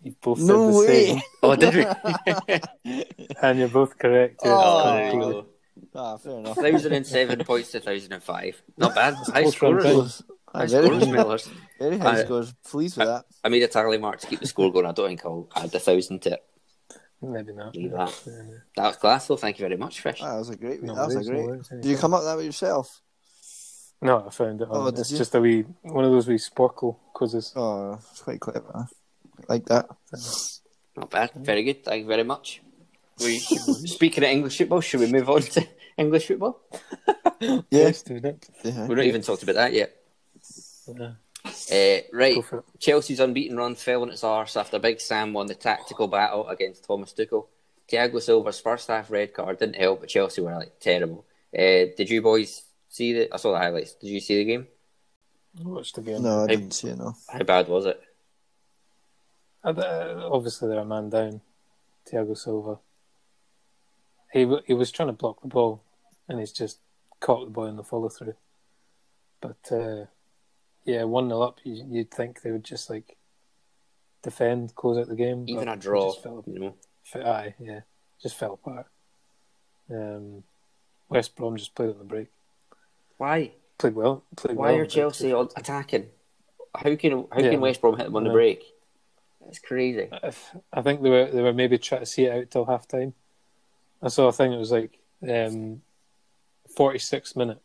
S4: You both
S2: No
S4: said the
S2: way.
S4: same,
S1: Oh, did we?
S4: and you're both correct. yeah,
S2: Oh,
S4: it's
S1: there you
S4: completely-
S1: go.
S2: ah, fair enough.
S1: Thousand and seven points to thousand and five. Not bad. High
S4: Close round
S1: scorers.
S4: thing.
S1: High
S2: I'm
S1: scorers,
S2: very,
S1: Mellors.
S2: very
S1: I-
S2: high scores. Pleased with that.
S1: I made a tally mark to keep the score going. I don't think I'll add a thousand to it.
S4: Maybe not.
S1: Leave that.
S4: Yeah, yeah.
S1: That was class, though. Thank you very much, Fish.
S2: Ah, that was a great.
S4: No
S2: that was a
S4: worries, no
S2: great.
S4: worries,
S2: Did you
S4: anytime.
S2: come up with that with yourself?
S4: No, I found it.
S2: Oh,
S4: On,
S2: did
S4: it's
S2: you?
S4: just a wee one of those wee sporkle quizzes.
S2: Oh, it's quite clever. I like that.
S1: Not bad. Very good. Thank you very much. We, speaking of English football, should we move on to English football?
S2: Yeah.
S4: do that.
S2: yeah.
S1: We've not even talked about that yet.
S4: Yeah.
S1: Uh, right.
S4: Go for it.
S1: Chelsea's unbeaten run fell on its arse after Big Sam won the tactical battle against Thomas Tuchel. Thiago Silva's first half red card didn't help, but Chelsea were like terrible. Uh, did you boys see the? I saw the highlights. Did you see the game?
S4: Watch the game.
S2: No, I
S1: Hey.
S2: didn't see it. No.
S1: How bad was it?
S4: Oh, Uh, th- obviously, they're a man down. Thiago Silva. He w- he was trying to block the ball, and he's just caught the ball in the follow through. But uh, yeah, one 0 up. You, you'd think they would just like defend, close out the game. but
S1: Even a
S4: they
S1: draw,
S4: just fell-
S1: you know.
S4: F- Aye, yeah, just fell apart. Um, West Brom just played on the break.
S1: Why?
S4: Played well. Played
S1: Why
S4: well
S1: are
S4: on the break,
S1: Chelsea
S4: too.
S1: on attacking? How can how
S4: Yeah.
S1: can West Brom hit them on the
S4: Yeah.
S1: break? That's crazy.
S4: If- I think they were they were maybe trying to see it out till half time. I saw a thing. It was like um, 46th minute,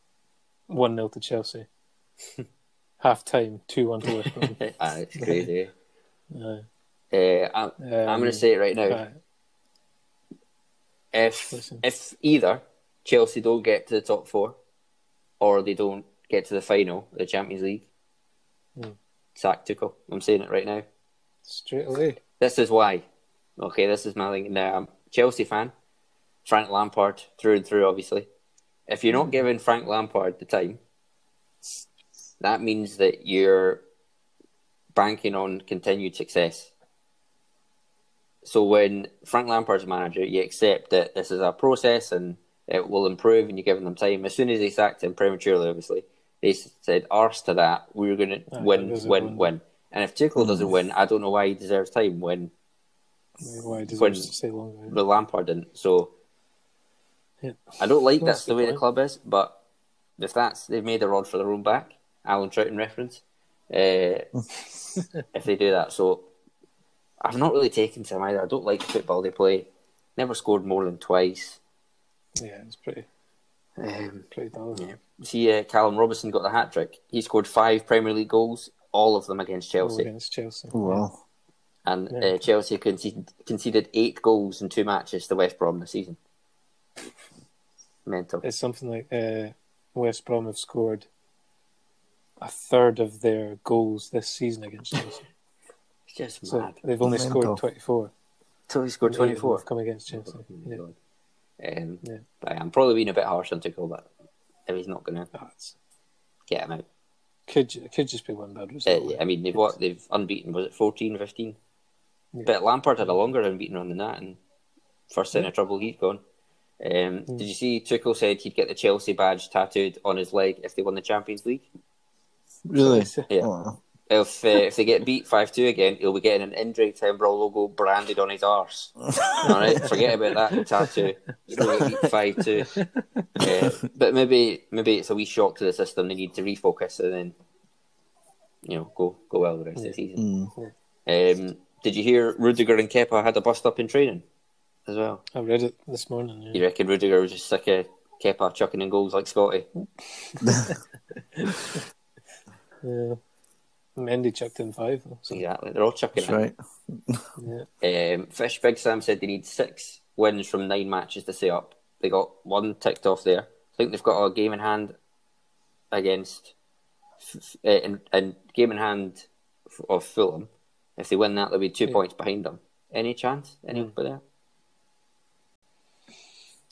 S4: one 0 to Chelsea. half time, two one to West Brom.
S1: Ah, it's crazy.
S4: Aye.
S1: uh, I'm, I'm going
S4: Um,
S1: to say it right now.
S4: aye.
S1: if
S4: Listen.
S1: if either Chelsea don't get to the top four, or they don't get to the final, the Champions League,
S4: Hmm.
S1: sack Tuchel. I'm saying it right now.
S4: straight away.
S1: This is why. Okay, this is my thing. Now, I'm a Chelsea fan, Frank Lampard through and through. Obviously, if you're not giving Frank Lampard the time, that means that you're banking on continued success. So when Frank Lampard's manager, you accept that this is a process and it will improve, and you're giving them time. As soon as they sacked him prematurely, obviously, they s- said arse to that. We're going to
S4: Ah,
S1: win,
S4: there's a
S1: win,
S4: win.
S1: win. And if Tuchel doesn't win, I don't know why he deserves time when
S4: Maybe Why does
S1: When-
S4: it stay longer?
S1: the Lampard didn't. So
S4: Yeah.
S1: I don't like
S4: That's
S1: that's the
S4: a good
S1: way the
S4: point.
S1: club is, but the stats they've made a rod for their own back. Alan Trouton reference. Uh, if they do that, so I've not really taken to them either. I don't like the football they play. Never scored more than twice.
S4: Yeah, it's pretty
S1: Um,
S4: pretty dull.
S1: yeah. See, uh, Callum Robinson got the hat trick. He scored five Premier League goals, all of them against
S4: Chelsea.
S1: Chelsea,
S4: Against Chelsea.
S2: Oh, well.
S1: and
S4: Yeah.
S1: uh, Chelsea conceded, conceded eight goals in two matches to West Brom this season. Mental.
S4: It's something like uh, West Brom have scored a third of their goals this season against Chelsea.
S1: It's just
S4: so
S1: mad.
S4: they've only
S2: Mental.
S4: scored 24.
S1: Totally scored
S4: Eight of them have
S1: 24.
S4: Come against Chelsea. Yeah.
S1: Um, yeah.
S4: Yeah.
S1: I'm probably being a bit harsh on Tuchel, but if he's not going to
S4: Oh, it's-
S1: get him out.
S4: could, ju- could just be one bad
S1: Uh,
S4: result.
S1: yeah, I mean, they've what they've unbeaten. Was it 14, 15?
S4: Yeah.
S1: But Lampard had a longer unbeaten run than that, and first sign of trouble, he's gone. Um,
S4: Hmm.
S1: Did you see Tuchel said he'd get the Chelsea badge tattooed on his leg if they won the Champions League?
S2: Really?
S1: Yeah.
S2: Oh,
S1: If uh, if they get beat five two again, he'll be getting an injury timbrel logo branded on his arse. All right, forget about that tattoo. Still get beat five two. Uh, but maybe maybe it's a wee shock to the system. They need to refocus and then you know go go well the rest of the season.
S2: mm.
S1: Um, did you hear Rudiger and Kepa had a bust up in training as well?
S4: I read it this morning. Yeah.
S1: You reckon Rudiger was just like a Kepa chucking in goals like Scotty?
S4: Yeah. Mendy chucked in five. Though, so,
S1: Exactly, they're all chucking.
S2: That's
S1: in.
S2: right.
S4: yeah.
S1: Um, Fish Big Sam said they need six wins from nine matches to stay up. They got one ticked off there. I think they've got a game in hand against uh, and, and game in hand f- of Fulham. If they win that, they'll be two
S4: Yeah.
S1: points behind them. Any chance? Any
S4: Mm.
S1: for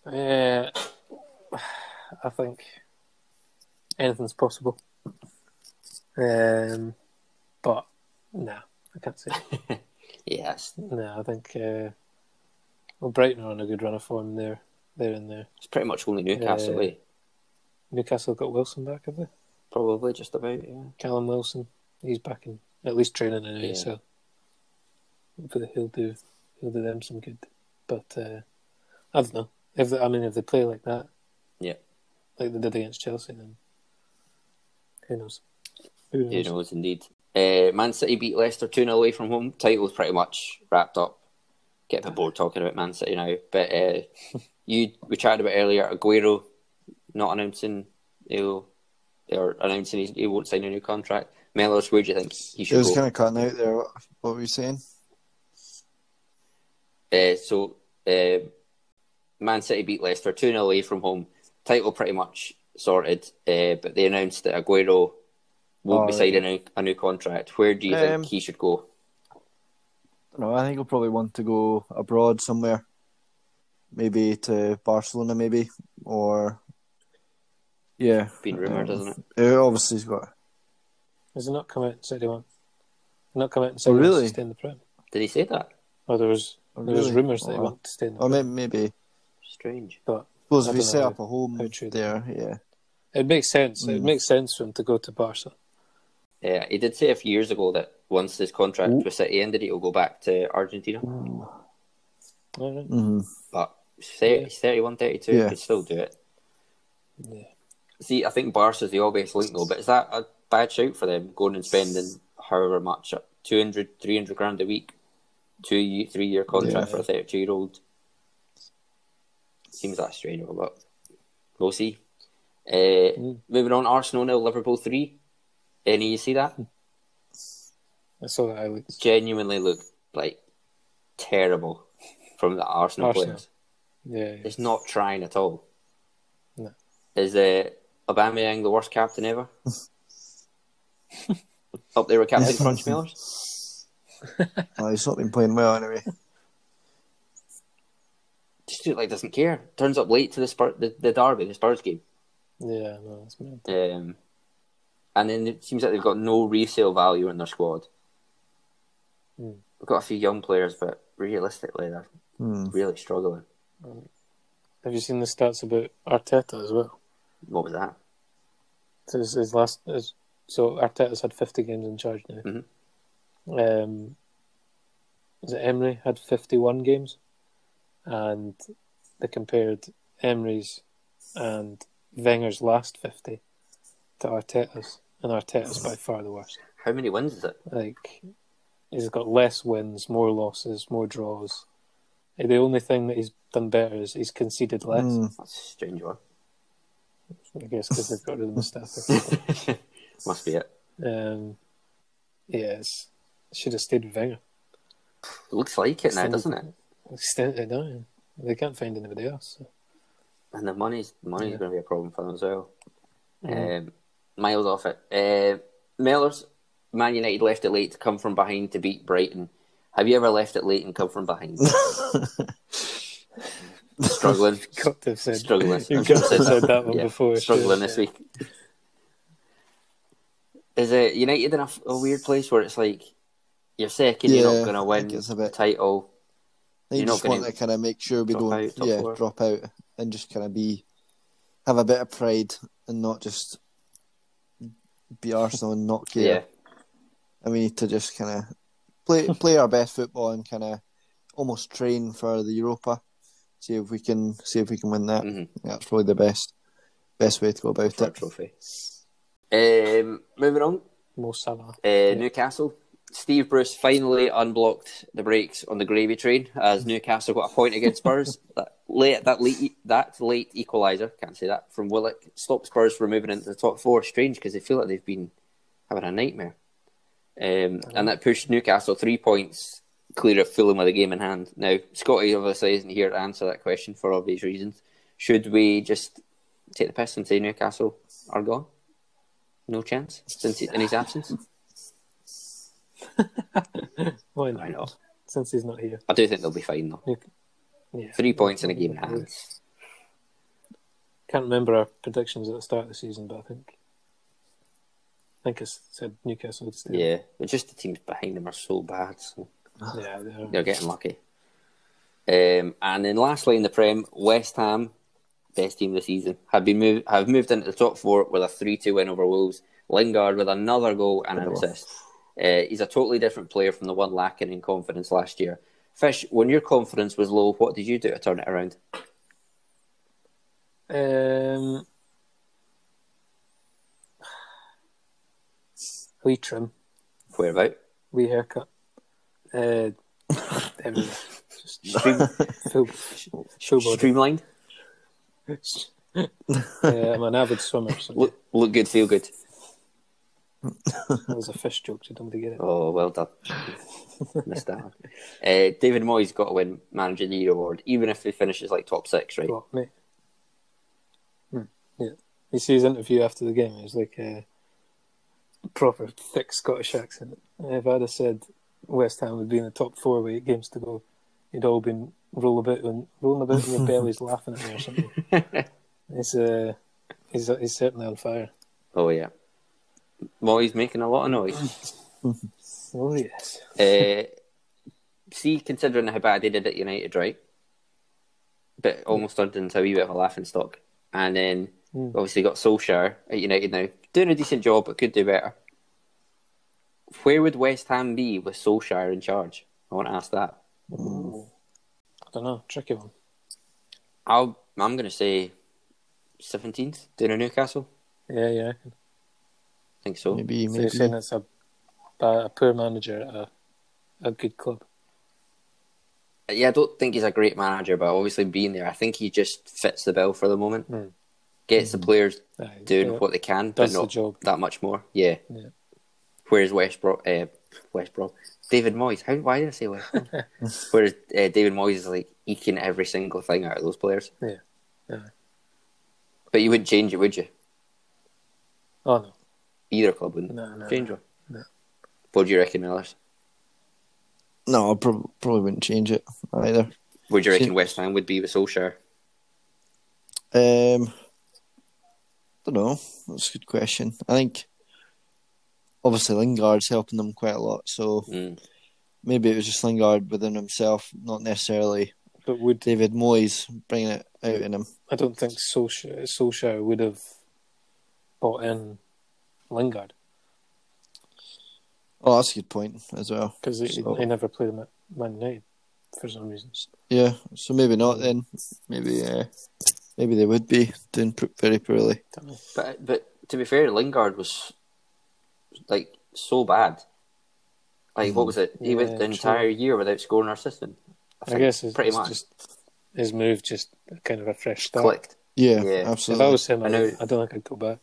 S1: that?
S4: Uh, I think anything's possible. Um, but no, I can't say.
S1: Yes,
S4: No, I think uh, well, Brighton are on a good run of form there. They're in there.
S1: it's pretty much only Newcastle,
S4: Yeah.
S1: eh?
S4: Newcastle got Wilson back, have they?
S1: Probably just about. Yeah.
S4: Callum Wilson, he's back in at least training anyway,
S1: Yeah.
S4: so hopefully he'll do he'll do them some good. But uh, I don't know if they, I mean if they play like that,
S1: Yeah.
S4: like they did against Chelsea, then who knows? Who knows?
S1: Who knows, indeed. Uh, Man City beat Leicester 2 0 away from home. Title's pretty much wrapped up. Get a
S2: Ah.
S1: bit bored talking about Man City now. But uh, you we chatted about earlier Aguero not announcing he'll, or announcing he, he won't sign a new contract. Melos, where do you think he
S2: It
S1: should
S2: was
S1: go?
S2: kind of cutting out there. What, what were you saying?
S1: Uh, so, uh, Man City beat Leicester 2 0 away from home. Title pretty much sorted. Uh, but they announced that Aguero won't be
S2: Oh,
S1: signing a, a new contract. Where do you
S2: Um,
S1: think he should go?
S2: No, I think he'll probably want to go abroad somewhere. Maybe to Barcelona, maybe or yeah.
S1: Been rumoured,
S2: um,
S1: isn't it?
S2: It obviously has got.
S4: Has he not come out and said he won't? Not come out and said he
S2: Oh, really?
S4: wants to stay in the Prem.
S1: Did he say that?
S4: Or there was
S2: Oh,
S4: there was
S2: really?
S4: rumours that he
S2: Oh,
S4: wanted to stay in the
S2: Or
S4: Prem.
S2: maybe, maybe
S1: Strange.
S4: But
S2: suppose
S4: I
S2: if you
S4: don't
S2: set
S4: know.
S2: up a home
S4: How true.
S2: there, yeah.
S4: it makes sense. It
S2: Mm.
S4: makes sense for him to go to Barca.
S1: Yeah, Uh, he did say a few years ago that once his contract
S2: Ooh.
S1: with City ended, he'll go back to Argentina.
S4: All right.
S2: hmm
S1: But he's 30, he's 31, 32, he
S2: Yeah.
S1: could still do it.
S4: Yeah.
S1: See, I think Barca's the obvious link, though, but is that a bad shout for them, going and spending however much, uh, 200, 300 grand a week, two, ye- three-year contract
S2: Yeah.
S1: for a 32-year-old? Seems that strange, but we'll see. Uh,
S2: Hmm.
S4: Mm.
S1: Moving on, Arsenal nil, Liverpool 3. Any you see that?
S4: I saw that highlights.
S1: genuinely look like terrible from the Arsenal,
S4: Arsenal.
S1: players.
S4: Yeah, yeah.
S1: It's not trying at all.
S4: No.
S1: Is uh, Aubameyang the worst captain ever? Up there with Captain Crunch Millers?
S2: Well, he's not been playing well anyway.
S1: Just look like doesn't care. Turns up late to the Spur- the, the derby, the Spurs game.
S4: yeah, no, that's mad.
S1: Um, and then it seems like they've got no resale value in their squad.
S4: Hmm.
S1: They've got a few young players, but realistically, they're
S2: Hmm.
S1: really struggling.
S4: Have you seen the stats about Arteta as well?
S1: What was that?
S4: So his, his last, his, so Arteta's had fifty games in charge now.
S1: Mhm.
S4: Um, is it Emery had fifty-one games, and they compared Emery's and Wenger's last 50 to Arteta's, and Arteta's by far the worst.
S1: How many wins is it?
S4: Like, he's got less wins, more losses, more draws. The only thing that he's done better is he's conceded less.
S2: Mm.
S1: That's a strange one.
S4: I guess because they've got rid of Mustafi.
S1: Must be it.
S4: um, yes, should have stayed with Wenger.
S1: Looks like it now,
S4: Still-
S1: doesn't it?
S4: Extend it down. They can't find anybody else. so.
S1: And the money's money's
S4: Yeah.
S1: going to be a problem for them as well.
S4: Mm.
S1: Um, miles off it. Uh, Mellors, Man United left it late to come from behind to beat Brighton. Have you ever left it late and come from behind? struggling,
S4: Got to have said,
S1: struggling.
S4: You've got to have said that one
S1: Yeah,
S4: before.
S1: struggling
S4: yeah.
S1: this week. Is it United in a, a weird place where it's like you're second, you're
S2: Yeah,
S1: not going to
S2: I
S1: win
S2: think it's a
S1: the
S2: bit-
S1: title.
S2: They
S1: You're not
S2: just want
S1: gonna
S2: to kind of make sure we
S1: drop
S2: don't,
S1: out, top
S2: yeah,
S1: four.
S2: drop out and just kind of be have a bit of pride and not just be Arsenal and not care.
S1: Yeah,
S2: and we need to just kind of play play our best football and kind of almost train for the Europa. See if we can see if we can win that.
S1: Mhm.
S2: That's probably the best best way to go about
S1: for a
S2: it.
S1: trophy. Um, moving on,
S4: Mo Salah.
S1: Uh, Newcastle. Steve Bruce finally unblocked the brakes on the gravy train as Newcastle got a point against Spurs. that late, that late, that late equaliser, can't say that, from Willock stopped Spurs from moving into the top four. Strange because they feel like they've been having a nightmare. Um, and that pushed Newcastle three points clear of Fulham with a game in hand. Now, Scotty obviously isn't here to answer that question for obvious reasons. Should we just take the piss and say Newcastle are gone? No chance since he, in his absence?
S4: Why
S1: I
S4: not?
S1: know.
S4: Since he's not here.
S1: I do think they'll be fine though.
S4: Yeah.
S1: Three points in a game in hand.
S4: Can't remember our predictions at the start of the season, but I think I think I s- said Newcastle would stay.
S1: Yeah, but just the teams behind them are so bad, so
S4: yeah they are.
S1: they're getting lucky. Um, and then lastly in the Prem, West Ham, best team this season, have been moved have moved into the top four with a three two win over Wolves. Lingard with another goal and an assist. Uh, he's a totally different player from the one lacking in confidence last year. Fish, when your confidence was low, what did you do to turn it around?
S4: Um, wee trim,
S1: Where about?
S4: wee haircut. Uh, everywhere. Just
S1: Stream,
S4: full show body.
S1: streamlined?
S4: Uh, I'm an avid swimmer, so
S1: Look, look good, feel good.
S4: that was a fish joke. Did nobody get it?
S1: Oh, well done. Missed that one. Uh, David Moyes got to win Manager of the Year award, even if he finishes like top six, right?
S4: What, mate? Hmm, Yeah. You see his interview after the game, it was like a proper thick Scottish accent. If I'd have said West Ham would be in the top four with eight games to go, you'd all been roll about and rolling about in your bellies laughing at me or something. He's, uh, he's, he's certainly on fire.
S1: Oh, yeah. Moyes making a lot of noise.
S4: Oh, yes.
S1: uh, see, considering how bad they did at United, right? But almost turned into a wee bit of a laughing stock. And then
S4: Mm.
S1: obviously got Solskjaer at United now. Doing a decent job, but could do better. Where would West Ham be with Solskjaer in charge? I want to ask that.
S4: I don't know. Tricky one.
S1: I'll, I'm going to say 17th, down in Newcastle.
S4: Yeah, yeah. I reckon.
S1: I think so.
S2: Maybe
S4: So you're
S2: maybe
S4: saying it's a, a poor manager at a, a good club.
S1: Yeah, I don't think he's a great manager, but obviously being there, I think he just fits the bill for the moment.
S4: Hmm.
S1: Gets the players
S4: Aye,
S1: doing
S4: yeah.
S1: what they can, but
S4: Does the
S1: not
S4: job.
S1: that much more. Yeah.
S4: Yeah.
S1: Whereas West Brom, uh, West Brom, David Moyes. How? Why did I say West Brom? Whereas uh, David Moyes is like eking every single thing out of those players.
S4: Yeah. Yeah.
S1: But you wouldn't change it, would you?
S4: Oh, no.
S1: Either club wouldn't
S4: No, no,
S1: change it.
S4: no.
S1: What do you reckon, Millers?
S2: no, I prob- probably wouldn't change it either.
S1: Would you
S2: See-
S1: reckon West Ham would be with Solskjaer?
S2: Um, don't know. That's a good question. I think obviously Lingard's helping them quite a lot, so
S1: Mm.
S2: maybe it was just Lingard within himself, not necessarily
S4: But would
S2: David Moyes bringing it out in him.
S4: I don't think Solskjaer, Solskjaer would have bought in Lingard
S2: Oh, that's a good point as well.
S4: because he,
S2: So-
S4: he never played him at Man United for some reason.
S2: Yeah, so maybe not then. Maybe uh, Maybe they would be doing pr- very poorly.
S1: But but to be fair, Lingard was like so bad. Like what was it? He went
S4: Yeah,
S1: the
S4: true.
S1: entire year without scoring or assisting.
S4: I guess it's,
S1: pretty
S4: it's
S1: much
S4: just his move, just kind of a fresh start.
S1: clicked.
S2: Yeah,
S1: Yeah.
S4: If
S2: absolutely.
S4: I was him,
S1: I
S4: I,
S1: know-
S4: I don't think I'd go back.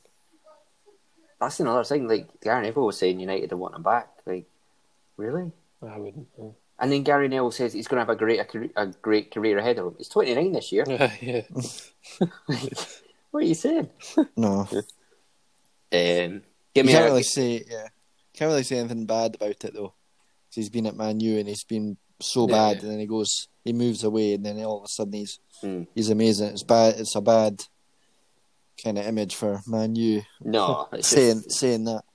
S1: That's another thing. Like Gary Neville was saying, United don't want him back. Like really?
S4: I wouldn't. no.
S1: And then Gary Neville says he's going to have a great a, career, a great career ahead of him. He's 29 this year.
S4: yeah,
S1: What are you saying?
S2: no,
S1: Um, give
S2: you
S1: me a,
S2: can't really say yeah. Can't really say anything bad about it though. 'Cause He's been at Man U and he's been so
S4: Yeah,
S2: bad,
S4: yeah.
S2: and then he goes, he moves away, and then all of a sudden he's
S1: Hmm.
S2: he's amazing. It's bad. It's a bad kind of image for Man U
S1: no. It's just,
S2: saying saying that.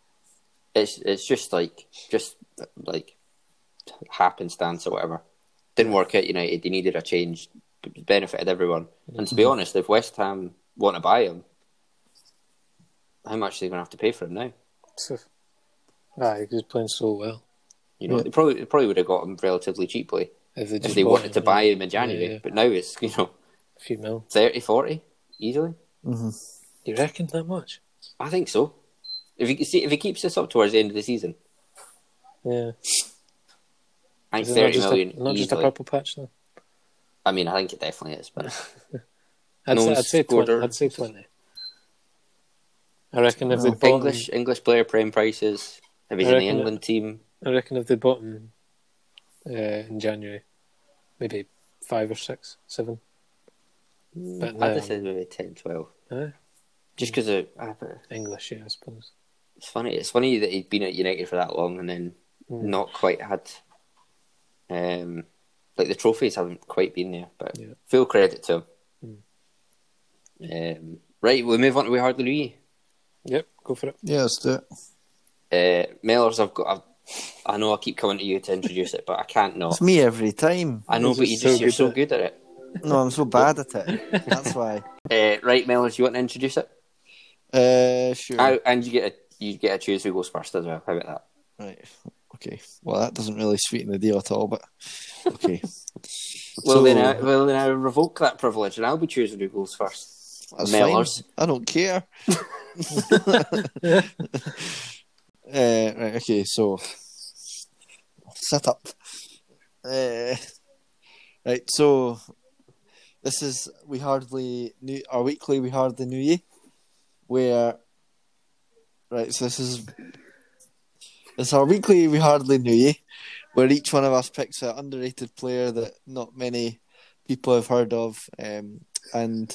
S1: it's it's just like just like happenstance or whatever. Didn't work at United. They needed a change. It Benefited everyone. And
S4: Mm-hmm.
S1: to be honest, if West Ham want to buy him, how much are they going to have to pay for him now?
S4: so, aye, he's playing so well.
S1: You know,
S2: Yeah.
S1: they probably they probably would have got him relatively cheaply
S4: If they,
S1: if
S4: just
S1: they
S4: bought
S1: wanted
S4: him,
S1: to
S4: yeah,
S1: buy him in January.
S4: Yeah, yeah.
S1: But now it's you know
S4: a few mil.
S1: 30, 40 easily.
S2: hmm
S4: You reckon that much?
S1: I think so. If he see if he keeps this up towards the end of the season,
S4: Yeah,
S1: I think
S4: Is it not
S1: thirty
S4: just,
S1: million
S4: a, not just a
S1: easily.
S4: purple patch though.
S1: I mean, I think it definitely is, but
S4: I'd,
S1: No
S4: say,
S1: one's
S4: I'd say
S1: scored
S4: twenty.
S1: her.
S4: I'd say twenty. I reckon if they bought
S1: English
S4: English.
S1: English player prem prices. If he's
S4: I
S1: in the
S4: reckon it-
S1: England team,
S4: I reckon if they bought him uh, in January, maybe five or six, seven. But
S1: I'd
S4: no, Mm.
S1: have said maybe 10, 12.
S4: Aye.
S1: Just because it's
S4: English, yeah, I suppose.
S1: funny. It's funny that he'd been at United for that long and then
S4: Mm.
S1: not quite had. Um, like the trophies haven't quite been there, but
S4: Yeah. Mm.
S1: full credit to him. Um, right, we move on to We Hardly Louis.
S4: Yep, go for it.
S2: Yeah, let's do it.
S1: Uh, Mellors, I've got. I've, I know I keep coming to you to introduce it, but I can't not.
S2: It's me every time.
S1: I know,
S4: He's
S1: but you
S4: so
S1: just you're
S4: good
S1: so
S4: at it.
S1: good at it.
S2: No, I'm so bad at it. That's why.
S1: Uh, right, Mellors, you want to introduce it?
S2: Uh, sure.
S1: Oh, and you get a you get to choose who goes first as well. How about that?
S2: Right. Okay. Well, that doesn't really sweeten the deal at all, but okay.
S1: Well
S2: So-
S1: then, uh, I, well then, I revoke that privilege, and I'll be choosing who goes first.
S2: That's
S1: Mellors.
S2: fine. I don't care. uh, right, okay, so set up. Uh, right, so this is we hardly knew our weekly we hardly knew ye, where right, so this is it's our weekly we hardly knew ye, where each one of us picks an underrated player that not many people have heard of, um, and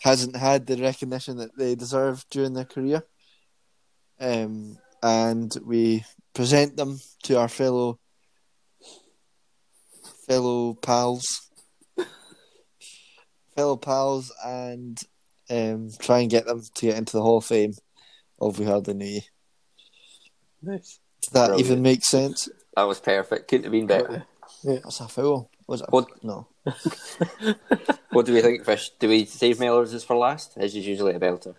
S2: hasn't had the recognition that they deserve during their career. Um, and we present them to our fellow fellow pals, fellow pals, and um, try and get them to get into the Hall of Fame of We Hardly Knew You.
S4: Nice.
S2: Does that
S1: Brilliant.
S2: even make sense?
S1: That was perfect. Couldn't have been better.
S2: That's a foul. Was it? a-
S1: What-
S2: No.
S1: what do we think, Fish? Do we save Mellors as for last? As is usually a belter.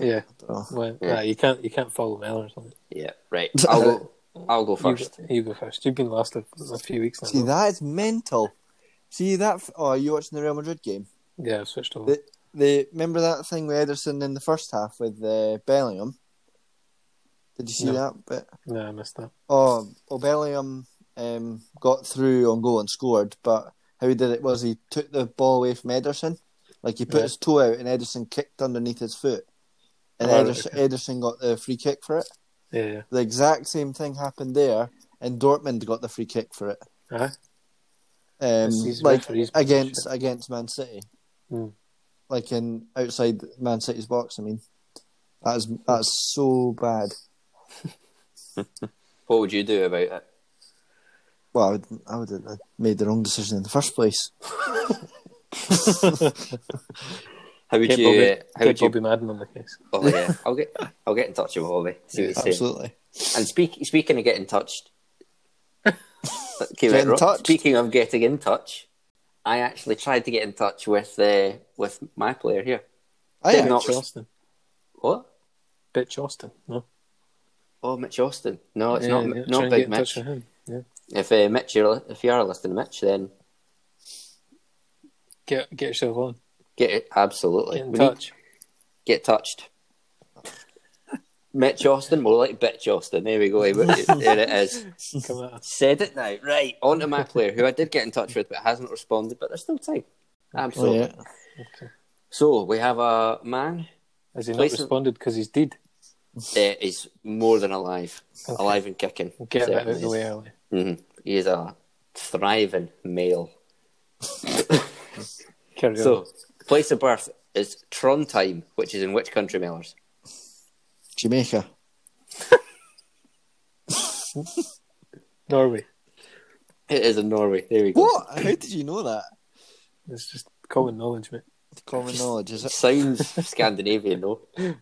S4: Yeah,
S2: Oh.
S4: well,
S1: Yeah.
S4: aye, you can't you can't follow Mel or something.
S1: Yeah. Right. I'll go. I'll go
S4: You
S1: first.
S4: go- You, go first. You've been last a, a few weeks now.
S2: See, that is mental. See that? f- Oh, are you watching the Real Madrid game?
S4: Yeah, I've switched over.
S2: The- They remember that thing with Ederson in the first half with uh, Bellingham. Did you see
S4: No.
S2: that? But
S4: No, I missed that.
S2: oh, well, Bellingham um, got through on goal and scored. But how he did it was he took the ball away from Ederson, like he put
S4: Yeah.
S2: his toe out, and Ederson kicked underneath his foot, and
S4: Oh, right,
S2: Ederson, Ederson got the free kick for it.
S4: Yeah, yeah.
S2: The exact same thing happened there, and Dortmund got the free kick for it.
S4: Aye.
S2: Um,
S4: Yes, he's
S2: like
S4: Uh-huh. referees bunch,
S2: against against Man City,
S4: Hmm.
S2: like in outside Man City's box. I mean, that's that's so bad.
S1: What would you do about it?
S2: Well, I would, I would have made the wrong decision in the first place.
S1: How would
S4: Get
S1: you?
S4: Bobby,
S1: uh, how
S4: get
S1: would you?
S4: Bobby Madden on the case.
S1: Oh yeah. I'll get. I'll get in touch with Bobby. See what he's saying.
S2: Absolutely.
S1: And speak, speaking of getting touched, Came
S2: Getting
S1: out wrong.
S2: touched?
S1: Speaking of getting in touch, I actually tried to get in touch with uh, with my player here.
S2: I
S1: Did
S2: actually,
S1: not-
S4: Bitch Austin.
S1: What?
S4: Bitch Austin. No,
S1: Oh, Mitch Austin. No, it's
S4: Yeah,
S1: not
S4: yeah,
S1: Mi-
S4: try
S1: not
S4: and
S1: big
S4: get in
S1: Mitch.
S4: touch with him. Yeah.
S1: If uh, Mitch, you're, if you are listening, Mitch, then
S4: Get get yourself on.
S1: Get it. Absolutely.
S4: Get in
S1: We need-
S4: touch.
S1: get touched. Mitch Austin, more like Bitch Austin. There we go. There it is.
S4: Come at us.
S1: Said it now. Right. On to my player, who I did get in touch with but hasn't responded, but there's still time.
S4: Oh,
S1: Absolutely.
S2: oh, yeah.
S1: So we have a man
S4: Has he not
S1: Placement-
S4: responded because he's dead?
S1: that is more than alive,
S4: Okay.
S1: alive and kicking.
S4: Get that out
S1: Certainly
S4: of the
S1: is.
S4: way early.
S1: Mhm. He is a thriving male.
S4: Carry on.
S1: So, place of birth is Trondheim, which is in which country, Mellors?
S2: Jamaica.
S4: Norway.
S1: It is in Norway. There we go.
S2: What? How did you know that?
S4: It's just common knowledge, mate.
S2: Common knowledge, is it?
S1: Sounds Scandinavian, though.
S4: Trondheim.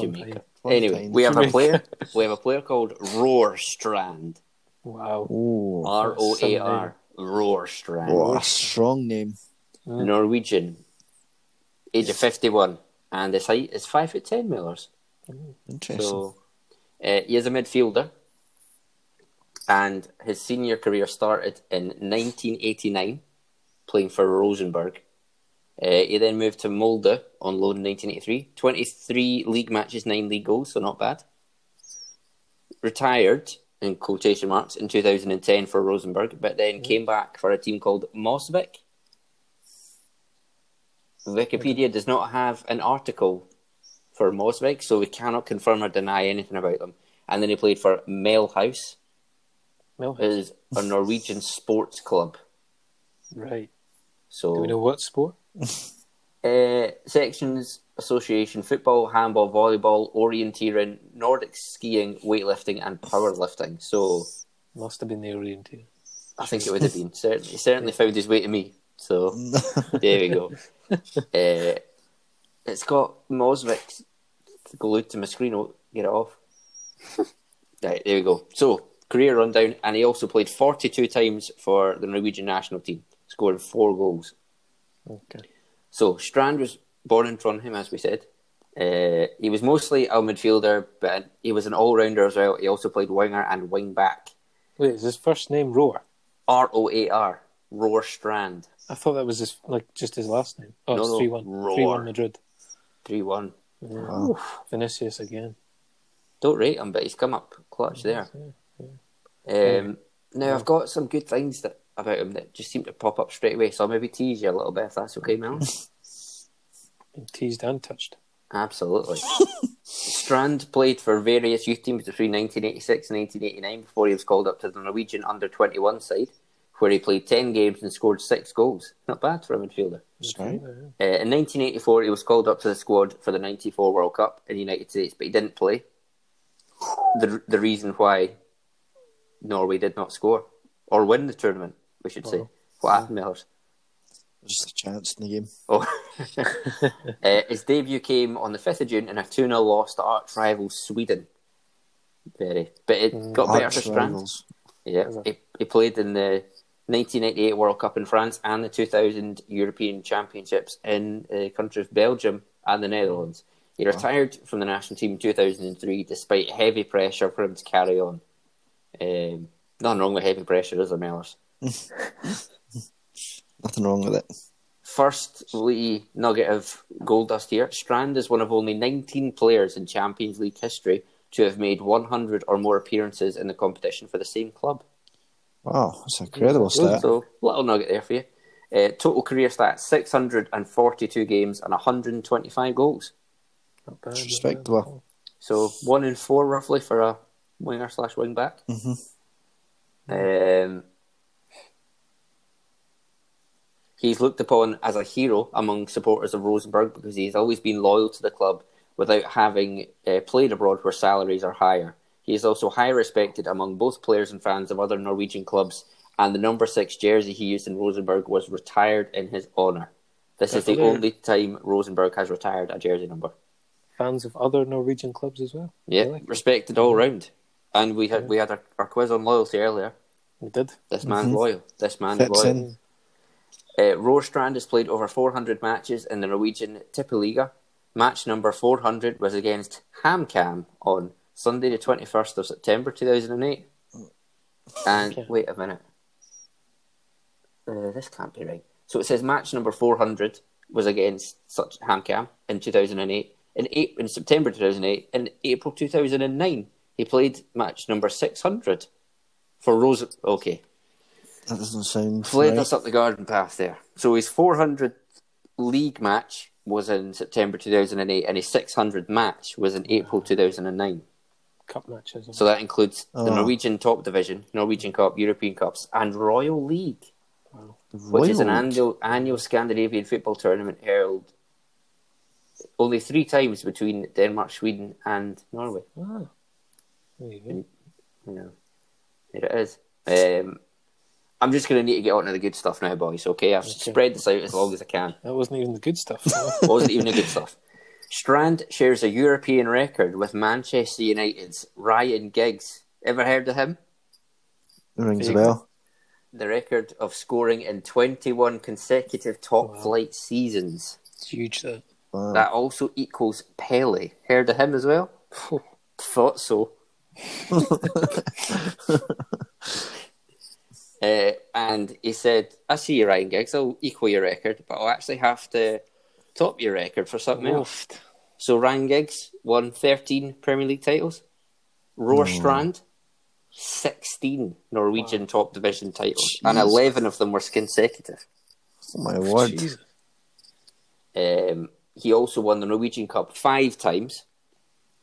S1: Jamaica.
S2: Trondheim.
S1: Anyway, we have a
S4: Jamaica.
S1: player. We have a player called Roarstrand.
S4: Wow.
S2: Oh,
S1: R O A R. Roarstrand.
S2: what a strong name.
S1: Norwegian. Age of fifty-one, and his height is five foot ten millers.
S2: Interesting.
S1: So uh, he is a midfielder, and his senior career started in 1989, playing for Rosenborg. Uh, he then moved to Molde on loan in 1983. 23 league matches, 9 league goals, so not bad. Retired, in quotation marks, in 2010 for Rosenborg, but then came back for a team called Mosvik. Wikipedia does not have an article for Mosvik, so we cannot confirm or deny anything about them. And then he played for Melhouse,
S4: Melhouse.
S1: it is a Norwegian sports club.
S4: Right.
S1: So
S4: Do we know what sport?
S1: Uh, sections association football, handball, volleyball, orienteering, Nordic skiing, weightlifting, and powerlifting. So
S4: Must have been the orienteering.
S1: I think it would have been certainly certainly found his way to me. So there we go. uh, it's got Mosvik glued to my screen. Oh, get it off. right, there we go. So career rundown, and he also played forty-two times for the Norwegian national team, scoring four goals.
S4: Okay.
S1: So Strand was born in Trondheim, as we said. Uh, he was mostly a midfielder, but he was an all-rounder as well. He also played winger and wing back.
S4: Wait, is his first name Roar?
S1: R O A R, Roar Strand,
S4: I thought that was his, like just his last name. Oh,
S1: No,
S4: it's
S1: no,
S4: 3 1.
S1: Roar.
S4: 3 1 Madrid.
S1: three-one.
S4: Vinicius again.
S1: Don't rate him, but he's come up clutch there. Um, now I've got some good things that about him that just seem to pop up straight away. So I'll maybe tease you a little bit if that's okay, Mel.
S4: Been teased and touched.
S1: Absolutely. Strand played for various youth teams between 1986 and 1989 before he was called up to the Norwegian under 21 side, where he played 10 games and scored six goals. Not bad for a midfielder.
S2: Sorry.
S1: Uh, in 1984, he was called up to the squad for the 94 World Cup in the United States, but he didn't play. The, the reason why Norway did not score or win the tournament, we should say.
S4: Oh.
S1: What happened, Mellors?
S2: Just a chance in the game.
S1: Oh. uh, his debut came on the 5th of June in a 2 0 loss to arch rival Sweden. Very. But it got better for
S2: Mm, Arch
S1: Strand.
S2: rivals.
S1: Yeah. He, he played in the 1988 World Cup in France and the 2000 European Championships in the country of Belgium and the Netherlands. He retired from the national team in 2003 despite heavy pressure for him to carry on. Um, nothing wrong with heavy pressure, is there, Mellors?
S2: Nothing wrong with it.
S1: Firstly, nugget of gold dust here. Strand is one of only 19 players in Champions League history to have made 100 or more appearances in the competition for the same club.
S2: Wow, that's an incredible stat.
S1: So, little nugget there for you. Uh, total career stats 642 games and 125 goals.
S4: Not bad. not
S2: Respectable.
S1: So, one in four roughly for a winger slash wing back. Um, he's looked upon as a hero among supporters of Rosenborg because he's always been loyal to the club without having uh, played abroad where salaries are higher. He is also high respected among both players and fans of other Norwegian clubs, and the number six jersey he used in Rosenborg was retired in his honour. This is the
S4: Definitely.
S1: only time Rosenborg has retired a jersey number.
S4: bad. Fans of other Norwegian clubs as well.
S1: Yeah,
S4: Really?
S1: respected all round. And we had we had our, our quiz on loyalty earlier.
S4: We did.
S1: This man's loyal. This man's
S2: Fits
S1: loyal.
S2: in.
S1: Uh, Roarstrand has played over 400 matches in the Norwegian Tippeliga. Match number 400 was against HamKam on Sunday, the 21st of September 2008. And wait a minute. Uh, this can't be right. So it says match number 400 was against such Hamcam in 2008. In, eight, in September 2008, in April 2009, he played match number 600 for Rose. Okay,
S2: That doesn't sound
S1: Played
S2: right.
S1: us up the garden path there. So his 400 league match was in September 2008, and his 600 match was in April 2009.
S4: Cup matches.
S1: So that includes the
S2: Oh.
S1: Norwegian Top Division, Norwegian Cup, European Cups, and Royal League, which is an
S2: Royal.
S1: annual, annual Scandinavian football tournament held only three times between Denmark, Sweden, and Norway.
S4: Ah, there you go.
S1: You know, there it is. Um, I'm just going to need to get on to the good stuff now, boys. Okay, I've
S4: Okay.
S1: spread this out as long as I can.
S4: That wasn't even the good stuff.
S1: wasn't even the good stuff. Strand shares a European record with Manchester United's Ryan Giggs. Ever heard of him?
S2: Rings a
S4: Vaguely.
S2: bell.
S1: The record of scoring in 21 consecutive top
S4: Wow.
S1: flight seasons.
S4: it's huge. That.
S2: Wow.
S1: That also equals Pele. Heard of him as well? Thought so. uh, and he said, I see you, Ryan Giggs. I'll equal your record, but I'll actually have to top your record for something else.
S4: Most.
S1: So Ryan Giggs won 13 Premier League titles. Roar
S2: Hmm.
S1: Strand, 16 Norwegian top division titles. And
S2: Jeez.
S1: 11 of them were consecutive.
S2: Oh my word.
S4: Jesus.
S1: Um, he also won the Norwegian Cup five times.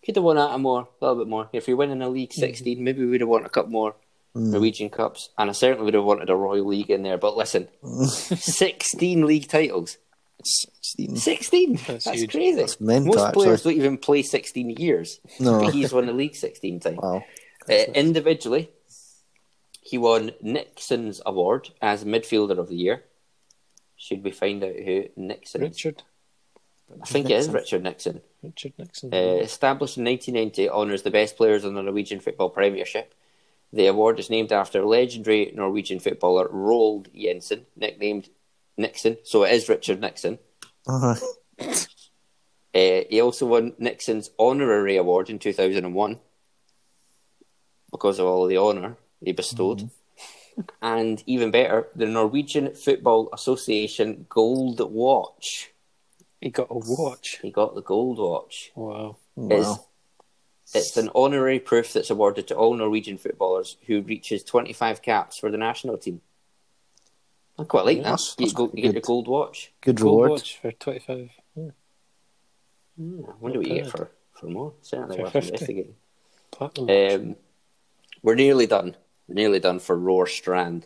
S1: Could have won out a more, a little bit more. If you win in a League
S4: Hmm.
S1: 16, maybe we would have won a couple more
S2: Hmm.
S1: Norwegian Cups. And I certainly would have wanted a Royal League in there. But listen, 16 league titles.
S2: 16.
S1: 16! That's,
S4: That's huge.
S1: crazy.
S2: That's mental,
S1: Most players
S2: actually.
S1: don't even play 16 years.
S2: No.
S1: But he's won the league 16 times.
S2: Wow.
S1: Uh, individually, he won Nixon's award as midfielder of the year. Should we find out who Nixon? is?
S4: Richard.
S1: I think it is Richard Nixon.
S4: Richard Nixon.
S1: Uh, established in 1990, honours the best players in the Norwegian Football Premiership. The award is named after legendary Norwegian footballer Roald Jensen, nicknamed Nixon. So it is Richard Nixon.
S2: Uh,
S1: Uh, he also won Nixon's honorary award in 2001 because of all the honor he bestowed.
S2: Mm-hmm.
S1: And even better, the Norwegian Football Association Gold Watch.
S4: he got a watch.
S1: He got the Gold Watch.
S4: Wow.
S2: wow.
S1: It's, it's an honorary proof that's awarded to all Norwegian footballers who reaches 25 caps for the national team. I quite like
S4: Yeah,
S1: that.
S2: that's-
S1: You,
S2: that's
S1: go, you get your
S2: good.
S1: Gold Watch.
S2: Good
S4: Gold
S2: reward.
S4: watch for 25. Yeah.
S1: I wonder what you get
S4: bad.
S1: for, for more. Certainly
S4: For
S1: worth
S4: 50.
S1: investigating.
S4: Platinum watch.
S1: Um, we're nearly done. We're nearly done for Roar Strand.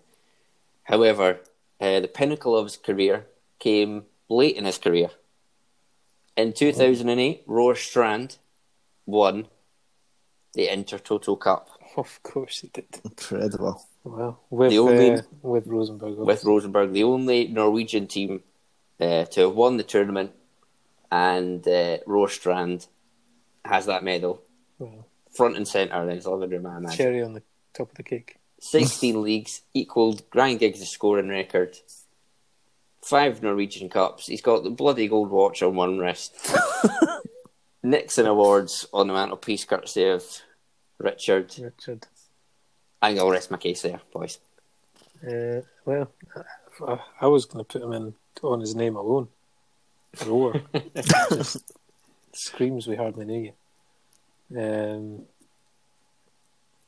S1: However, uh, the pinnacle of his career came late in his career. In 2008, Roar Strand won the Intertoto Cup
S4: Of course he did.
S2: Incredible.
S4: Wow. With,
S1: The only-
S4: uh, with Rosenberg.
S1: with Rosenborg, the only Norwegian team uh, to have won the tournament, and uh, Roar Strand has that medal
S4: Wow.
S1: front and centre in his living room, I imagine.
S4: Cherry on the top of the cake.
S1: 16 leagues equaled Ryan Giggs' scoring record. Five Norwegian Cups. He's got the bloody gold watch on one wrist. Nixon Awards on the mantelpiece, courtesy of Richard.
S4: Richard.
S1: I think I'll rest my case there, boys.
S4: Uh, well, I, I was going to put him in on his name alone. Roar. Just screams, we hardly knew you. Um,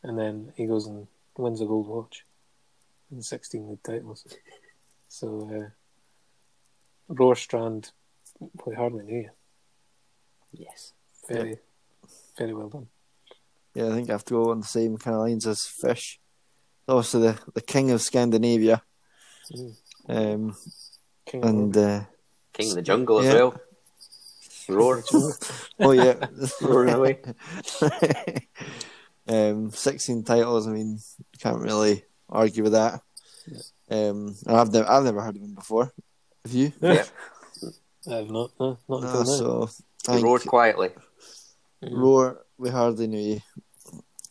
S4: and then he goes and wins a gold watch and 16 league titles. So, uh, Roar Strand, we hardly knew you.
S1: Yes.
S4: Very, very well done.
S2: Yeah, I think I have to go on the same kind of lines as Fish. Obviously, the, the king of Scandinavia.
S4: Mm.
S2: Um,
S4: King of
S2: and, uh,
S1: King of the Jungle as
S2: Yeah.
S1: well. Roar.
S2: oh, yeah.
S1: Roaring away.
S2: um, 16 titles. I mean, can't really argue with that. Um, and I've never, I've never heard of him before. Have you?
S1: Yeah.
S4: I've not, no, not
S2: No,
S4: until now.
S2: so
S1: He
S2: thank
S1: roared quietly.
S2: Roar, we hardly knew you.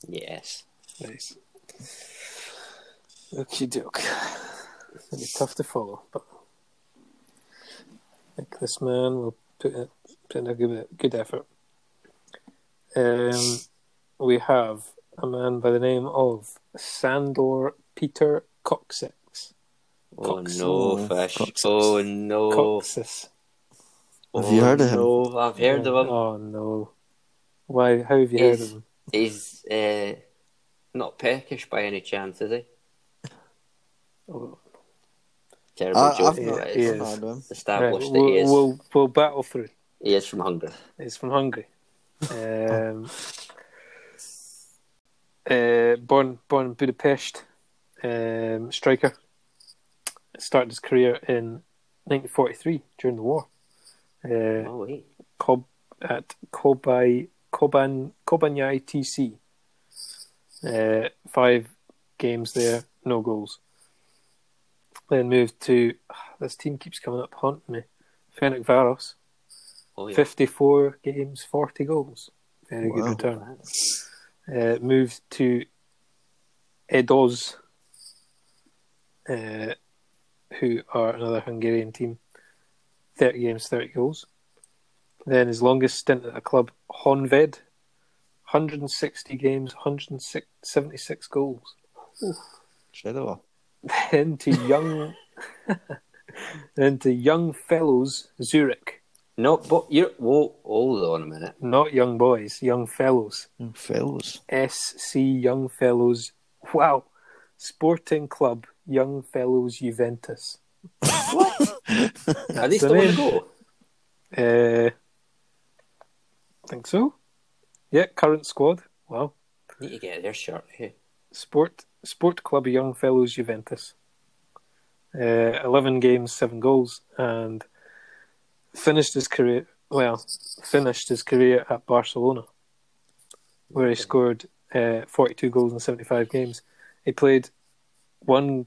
S1: Yes.
S4: Nice. Okie doke. It'll be tough to follow, but like this man will put in, put in a good, good effort. Um, we have a man by the name of Sandor Peter Coxex,
S1: Oh
S4: Cox-
S1: no, fish.
S2: Cox-
S1: Oh no.
S4: Coxis.
S2: Have you
S1: Oh,
S2: heard of him?
S1: No, I've heard of him.
S4: Oh no. Why? How have you heard of
S1: He's,
S4: him?
S1: he's uh, not peckish by any chance, is he?
S4: Oh,
S1: Terrible
S4: Ah,
S2: I,
S1: joke.
S2: I've
S1: but
S2: not
S1: it's
S4: he
S2: I've
S4: is.
S2: not heard of him.
S4: Right,
S1: established that
S4: we'll,
S1: he is,
S4: we'll we'll battle through.
S1: he is from Hungary.
S4: It's from Hungary. Um, uh, born born in Budapest, um, striker. Started his career in 1943 during the war. Uh,
S1: Oh, wait.
S4: Kob at Kobai Koban Kobanyai TC. Uh, five games there, no goals. Then moved to this team keeps coming up haunting me. Fennec Varos.
S1: Oh, yeah.
S4: 54 games, 40 goals. Very
S2: Wow.
S4: good return. Uh, moved to Edoz, uh, who are another Hungarian team. 30 games, 30 goals. Then his longest stint at the club, Honved, 160 games, 176 goals.
S2: Incredible.
S4: Then to young, then to young fellows Zurich,
S1: No, but you're. Whoa, hold on a minute.
S4: not young boys, young fellows.
S2: Mm, Fellas.
S4: SC Young Fellows. Wow. Sporting Club Young Fellows Juventus.
S1: Are they
S4: the
S1: still on the
S4: name.
S1: go?
S4: Uh, think so. Yeah, current squad. Wow.
S1: Need to get their shirt. eh? Hey.
S4: Sport Sport Club Young Fellows Juventus. Uh, 11 games, 7 goals, and finished his career, well, finished his career at Barcelona, where he scored uh, 42 goals in 75 games. He played one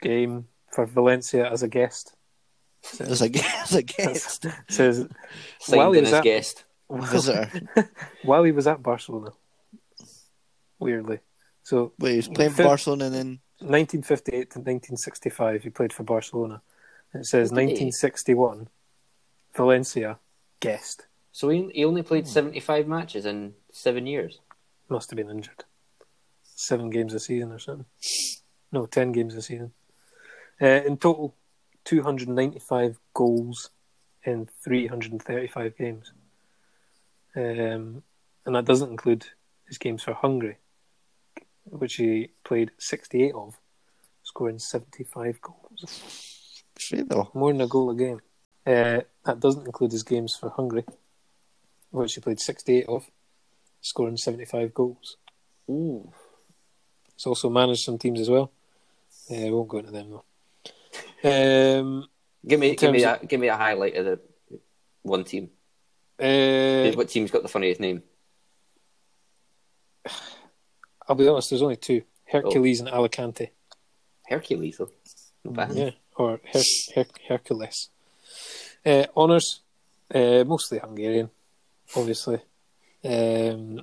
S4: game for Valencia as a guest.
S2: As a guest, as a guest
S4: Says
S1: Signed
S4: While he
S1: in
S4: was
S1: as
S4: at-
S1: guest.
S2: visitor.
S4: while he was at Barcelona, weirdly. So
S2: Wait, he was playing for
S4: Fifth.
S2: Barcelona and then
S4: 1958 to 1965, he played for Barcelona. It says
S1: Did he?
S4: 1961, Valencia, guest,
S1: So he, he only played 75 matches in seven years.
S4: must have been injured. Seven games a season or something. No, 10 games a season. Uh, in total, 295 goals in 335 games. Um, and that doesn't include his games for Hungary, which he played 68 of, scoring 75 goals.
S2: straight though.
S4: more than a goal a game. Uh, that doesn't include his games for Hungary, which he played 68 of, scoring 75 goals.
S1: Ooh.
S4: He's also managed some teams as well. Uh, I won't go into them though. Um,
S1: Give me,
S4: In
S1: give me,
S4: terms
S1: a, give me a highlight of the one team.
S4: uh,
S1: what team's got the funniest name?
S4: I'll be honest, there's only two Hercules and Alicante.
S1: Hercules, though. Not bad.
S4: Yeah, or Her- Her- Hercules. Uh, honours, uh, mostly Hungarian, obviously. Um,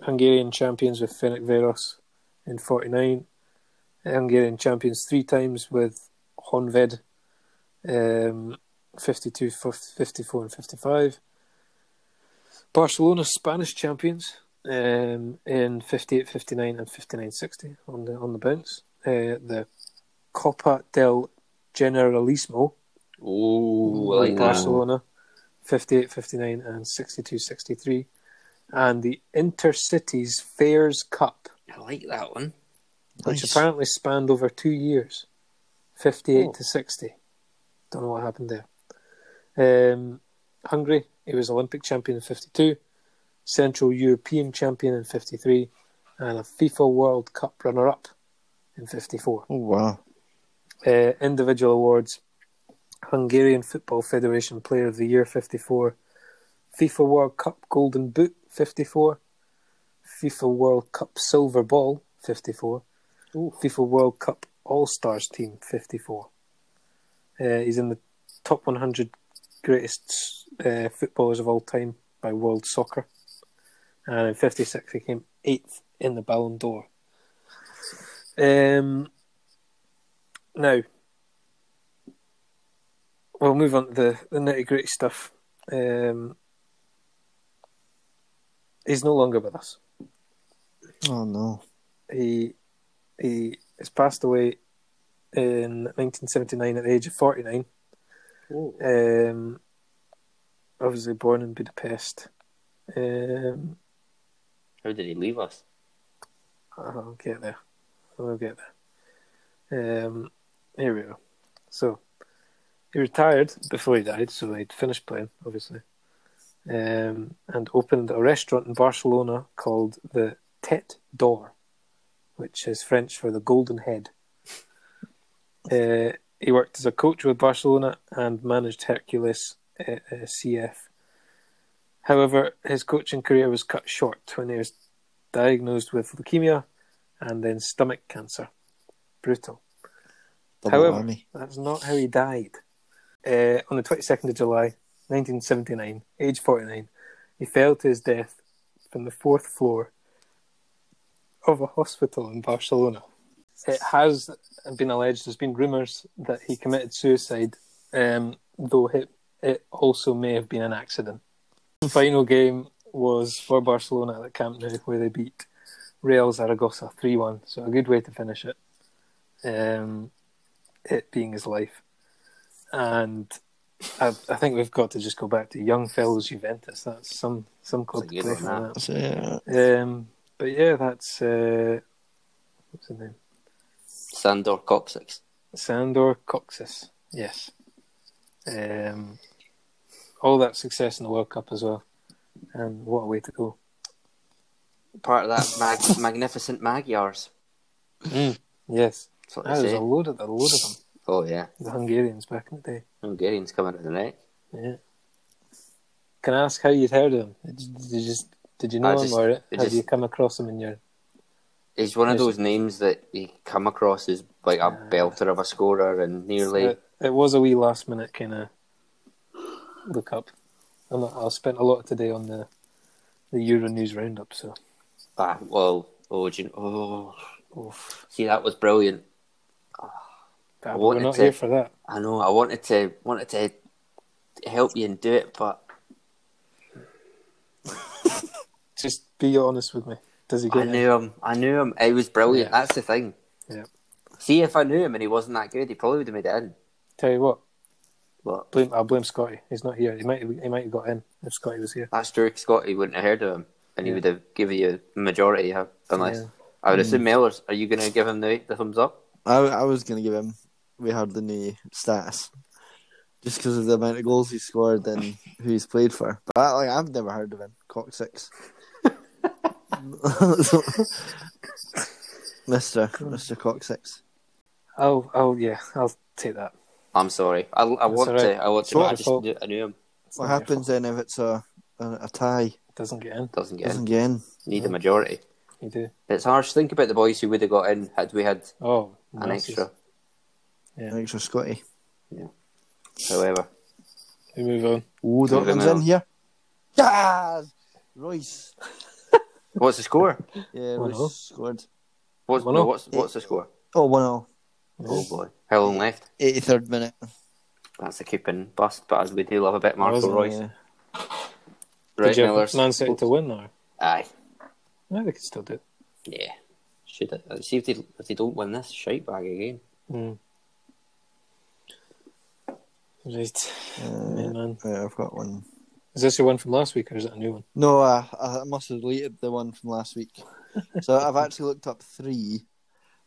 S4: Hungarian champions with Ferenc Veros in 49. Hungarian champions three times with Honved, um, 52, 54 and 55. Barcelona Spanish champions um, in 58, 59 and 59, 60 on the, on the bounce. Uh, the Copa del Generalismo
S1: Ooh, I like
S4: with
S1: that.
S4: Barcelona, 58 59 and 62 63. And the Intercities Fairs Cup,
S1: I like that one.
S4: which
S2: Nice.
S4: apparently spanned over two years 58
S1: Oh.
S4: to 60. Don't know what happened there. Um, Hungary, he was Olympic champion in 52, Central European champion in 53, and a FIFA World Cup runner up in 54
S2: Oh wow.
S4: uh, individual awards Hungarian Football Federation Player of the Year 54, FIFA World Cup Golden Boot 54, FIFA World Cup Silver Ball 54, FIFA World Cup All Stars Team 54. Uh, he's in the top 100 greatest uh, footballers of all time by World Soccer. And in 56, he came eighth in the Ballon d'Or. Um, now, we'll move on to the, the nitty gritty stuff. Um, he's no longer with us.
S2: Oh no.
S4: He he has passed away in 1979 at the age of 49. Um, obviously born in Budapest. Um,
S1: How did he leave us?
S4: I'll get there. I'll get there. Um, here we go. So he retired before he died, so he'd finished playing, obviously, um, and opened a restaurant in Barcelona called the Tête d'Or, which is French for the Golden Head. Uh, he worked as a coach with Barcelona and managed Hercules uh, uh, CF. However, his coaching career was cut short when he was diagnosed with leukemia and then stomach cancer. Brutal.
S2: Double
S4: However-
S2: whammy.
S4: That's not how he died. Uh, on the 22nd of July, 1979, age 49, he fell to his death from the fourth floor of a hospital in Barcelona. It has been alleged, there's been rumours that he committed suicide, um, though it, it also may have been an accident. The final game was for Barcelona at the Camp Nou, where they beat Real Zaragoza 3 1, so a good way to finish it. Um, it being his life. And I, I think we've got to just go back to young fellows Juventus. That's some some club
S1: It's a
S4: to
S1: good
S4: play
S1: one, that.
S4: for that.
S2: So, yeah.
S4: Um, but yeah, that's uh, what's his name?
S1: Sandor Coccyx.
S4: Sandor Coxis. Yes. Um, all that success in the World Cup as well, and what a way to go!
S1: Part of that mag- magnificent Magyars.
S4: Yes,
S1: That's what
S4: Ah,
S1: they
S4: there's
S1: say.
S4: a load of a load of them.
S1: Oh, yeah.
S4: The Hungarians back in the day.
S1: Hungarians coming out of the neck.
S4: Yeah. Can I ask how you'd heard of him? Did you, did you just did you
S1: I
S4: know
S1: just-
S4: him or have
S1: I
S4: you
S1: just-
S4: come across him in your?
S1: He's one of
S4: Yes.
S1: those names that you come across as like a
S4: Ah.
S1: belter of a scorer and nearly.
S4: It, it was a wee last minute kind of look up. I'm not, I spent a lot of today on the the Euro news roundup, so
S1: Ah, well, oh, do you, oh,
S4: oof.
S1: see, that was brilliant.
S4: Ah,
S1: wanted
S4: we're not
S1: to-
S4: here for that.
S1: I know. I wanted to wanted to help you and do it, but
S4: Just be honest with me. Does he
S1: I
S4: get it?
S1: knew him. I knew him. He was brilliant.
S4: Yeah.
S1: That's the thing.
S4: Yeah.
S1: See, if I knew him and he wasn't that good, he probably would have made it in.
S4: Tell you what,
S1: But
S4: blame I blame Scotty. He's not here. He might have- he might have got in if Scotty was here.
S1: that's true. Scotty wouldn't have heard of him, and he
S4: Yeah.
S1: would have given you the majority of unless.
S4: Yeah. Mm.
S1: I would assume Mellors. Are you going to give him the, the thumbs up?
S2: I, I was going to give him, we hardly knew status. Just because of the amount of goals he scored and who he's played for. But I, like, I've never heard of him. Coccyx. Mr. Mr. Coccyx.
S4: Oh oh yeah, I'll take that.
S1: I'm sorry. I, I
S4: That's
S1: want
S4: all right.
S1: to. I want to.
S2: Sure.
S1: but I just knew, I knew him.
S4: It's
S2: What
S4: not your fault.
S2: happens then if it's a a, a tie?
S4: Doesn't get in.
S1: Doesn't get
S2: Doesn't
S1: in.
S2: get in.
S1: Need a majority.
S4: You do.
S1: It's harsh. Think about the boys who would have got in had we had
S4: Oh,
S1: an
S4: masses.
S1: extra.
S2: An extra Scotty.
S1: However,
S4: We move on.
S2: Oh,
S1: Look at
S2: Dortmund's
S1: him
S2: in
S1: out.
S2: here. Yes! Royce.
S1: what's the score?
S2: Yeah,
S4: One
S2: Royce
S4: oh. all.
S2: scored.
S1: What's
S4: One all.
S1: what's what's the score?
S2: Oh, 1 0.
S1: Oh boy, how long left?
S2: 83rd minute.
S1: That's a keeping bust, but as we do love a bit, Marco
S4: Wasn't
S1: Royce,
S2: Yeah.
S1: right?
S4: Did you
S1: Millers,
S4: have Man City to win or?
S1: aye,
S4: No, they could still do it.
S1: yeah. Should I see if they if they don't win this shite bag again?
S4: Mm. Right, yeah,
S2: Uh,
S4: man.
S2: yeah, I've got one.
S4: Is this your one from last week or is it a new one?
S2: No, I, I must have deleted the one from last week. so I've actually looked up three.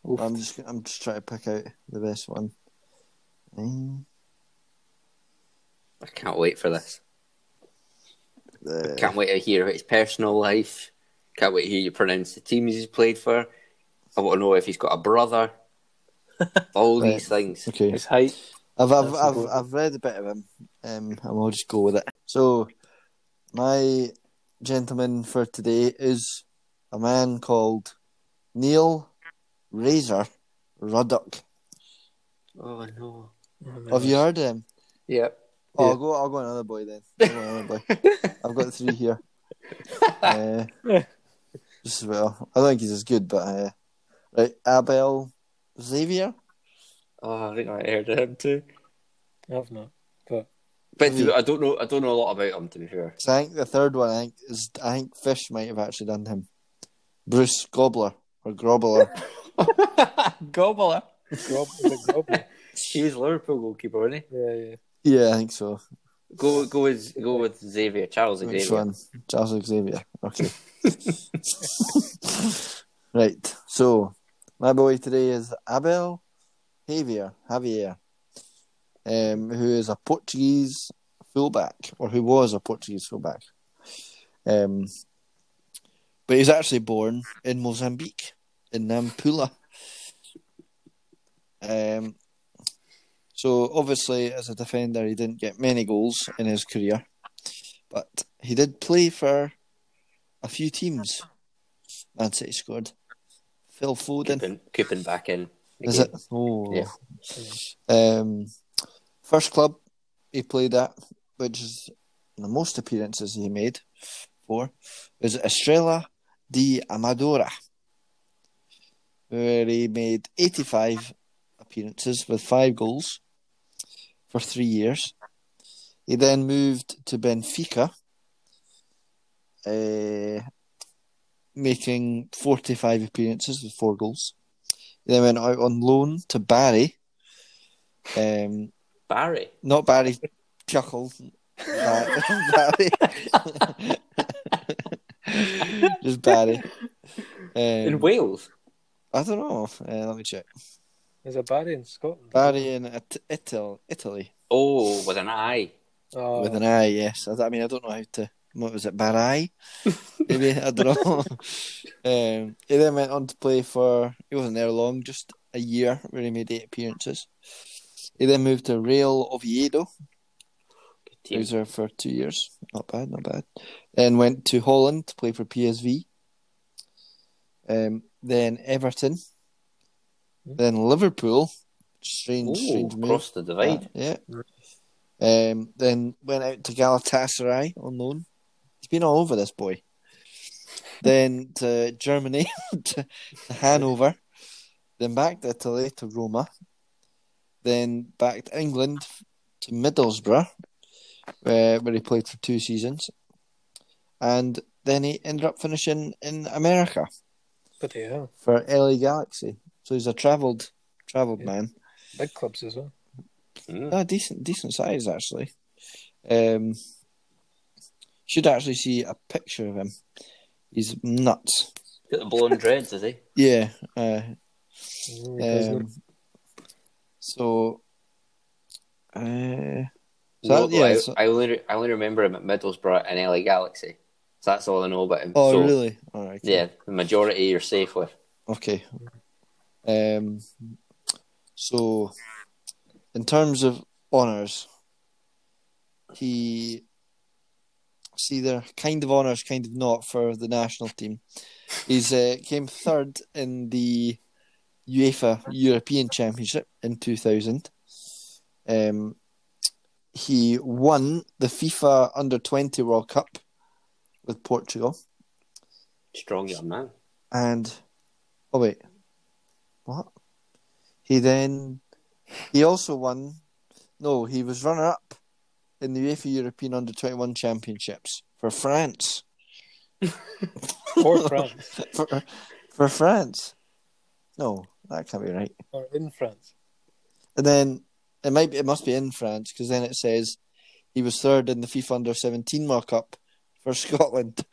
S4: Oof.
S2: I'm just I'm just trying to pick out the best one. Um,
S1: I can't wait for this.
S2: the-
S1: Can't wait to hear his personal life. Can't wait to hear you pronounce the teams he's played for. I want to know if he's got a brother. All
S2: Right.
S1: these things.
S2: okay.
S4: His height.
S2: I've I've,
S4: That's
S2: I've,
S4: important.
S2: I've read a bit of him, um, and we'll just go with it. So, my gentleman for today is a man called Neil Razor Ruddock.
S1: Oh no.
S2: Have you heard of him?
S1: Yep.
S2: Oh,
S4: Yeah.
S2: I'll go. I'll go another boy then. I'll go another boy. I've got three here. Uh, just as well. I don't think he's as good, but uh, right, Abel Xavier.
S1: Oh, I think I heard of him too.
S4: I've not. But
S1: But to- I don't know. I don't know a lot about him to be fair.
S2: 'Cause I think the third one. I think is. I think Fish might have actually done him. Bruce Gobbler or Grobbler.
S1: Gobbler.
S4: Grob, is it Grob? yeah,
S1: He was Liverpool goalkeeper, wasn't
S4: yeah.
S2: Yeah, I think so.
S1: he? Go go with go with Xavier Charles Xavier.
S2: Which one? Charles Xavier. Okay. right. So my boy today is Abel Javier Javier, um, who is a Portuguese fullback, or who was a Portuguese fullback. Um, but he's actually born in Mozambique, in Nampula. Um, so obviously, as a defender, he didn't get many goals in his career but he did play for a few teams. Man City scored. Phil Foden.
S1: Cooping, Cooping back in.
S2: Is it? Oh.
S1: Yeah.
S2: Um, first club he played at, which is the most appearances he made for, was Estrella de Amadora, where he made 85 appearances with five goals for three years. He then moved to Benfica, uh, making 45 appearances with four goals. He then went out on loan to Barry. Um,
S1: Barry.
S2: not Barry Chuckle. Bar- Barry. Just Barry.
S1: In
S2: Um,
S1: Wales.
S2: I don't know. Uh, let me check.
S4: There's a Barry in Scotland.
S2: Barry in It- Ital- Italy.
S1: Oh, with an eye.
S4: Oh,
S2: With an I, yes. I, I mean, I don't know how to. What was it, Barai? Maybe I don't know. um, he then went on to play for. He wasn't there long, just a year, where he made eight appearances. He then moved to Real Oviedo.
S1: Good
S2: He
S1: team.
S2: was there for two years. Not bad, not bad. Then went to Holland to play for PSV. Um, then Everton. Then Liverpool. Strange,
S1: Ooh,
S2: strange move.
S1: cross the divide.
S2: Yeah. Um, then went out to Galatasaray on loan. He's been all over this boy. then to Germany, to, to Hanover, then back to Italy to Roma, then back to England to Middlesbrough, where, where he played for two seasons, and then he ended up finishing in America
S4: but they are
S2: for LA Galaxy. So he's a travelled, travelled
S4: Yeah.
S2: man.
S4: big clubs as well.
S1: Mm.
S2: No, decent, decent size actually. Um, should actually see a picture of him. He's nuts.
S1: Got the blonde dreads, is he?
S2: Yeah. Uh,
S4: Mm, there's no-
S2: um, so. Uh,
S1: No,
S2: so that- yeah.
S1: I,
S2: so-
S1: I only re- I only remember him at Middlesbrough and LA Galaxy. So that's all I know about him.
S2: oh,
S1: so,
S2: really? All right. okay.
S1: Yeah, the majority you're safe with.
S2: Okay. Um. So, in terms of honors, he see they're kind of honors, kind of not for the national team. He's uh, came third in the UEFA European Championship in two thousand. Um. He won the FIFA Under Twenty World Cup with Portugal
S1: Strong young man.
S2: and oh wait, what? He then he also won. No, he was runner up in the UEFA European Under Twenty One Championships for France.
S4: Or France.
S2: For, for France, no, that can't be right.
S4: Or in France.
S2: And then it might be, it must be in France because then it says he was third in the FIFA Under Seventeen World Cup for Scotland.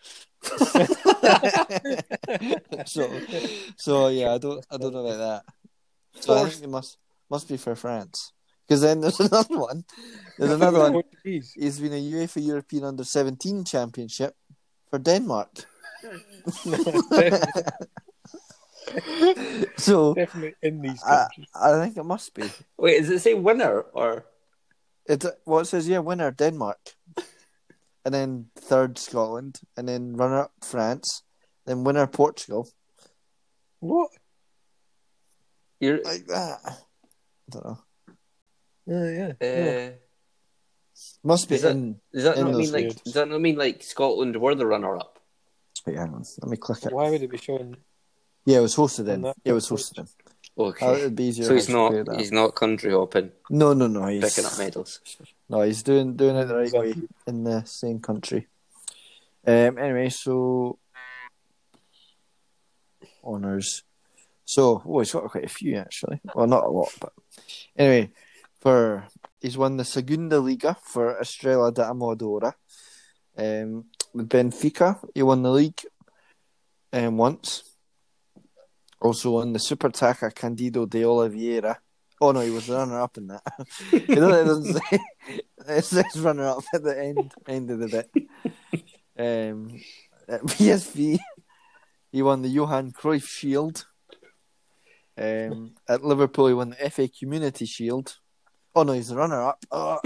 S2: so, so yeah, I don't I don't know about that. So I think it must must be for France because then there's another one. There's another one.
S4: Portuguese.
S2: He's been a UEFA European Under Seventeen Championship for Denmark. so
S4: Definitely in these
S2: I,
S4: countries.
S2: I think it must be.
S1: Wait, does it say winner or
S2: It well it says yeah winner Denmark, and then third Scotland, and then runner up France, then winner Portugal.
S4: what?
S1: you're uh,
S2: Like that. I don't know.
S4: Yeah, yeah. yeah.
S1: does
S2: Must be
S1: Is it-
S2: in.
S1: that
S2: In
S1: not
S2: those
S1: mean like
S4: weird.
S1: does that not mean like Scotland were the runner up?
S2: Wait, hang on. Let me click it.
S4: Why would it be showing?
S2: Yeah, it was hosted in.
S4: On that
S2: Yeah, it was
S4: page.
S2: hosted in.
S1: Okay.
S2: Oh, it'd be easier.
S1: so he's
S2: to clear
S1: not
S2: that.
S1: he's not country hopping,
S2: No, no, no. He's
S1: picking up medals.
S2: No, he's doing doing it the right way
S4: Exactly.
S2: in the same country. Um. Anyway, so honors. So, oh, he's got quite a few actually. Well, not a lot, but anyway, for he's won the Segunda Liga for Estrela da Amadora. Um, with Benfica, he won the league um, once. Also won the Supertaca Candido de Oliveira. Oh no, he was the runner-up in that. it doesn't, it doesn't say, it says runner-up at the end end of the bit. Um, at PSV, he won the Johan Cruyff Shield. Um, at Liverpool, he won the FA Community Shield. Oh no, he's the runner-up. Oh.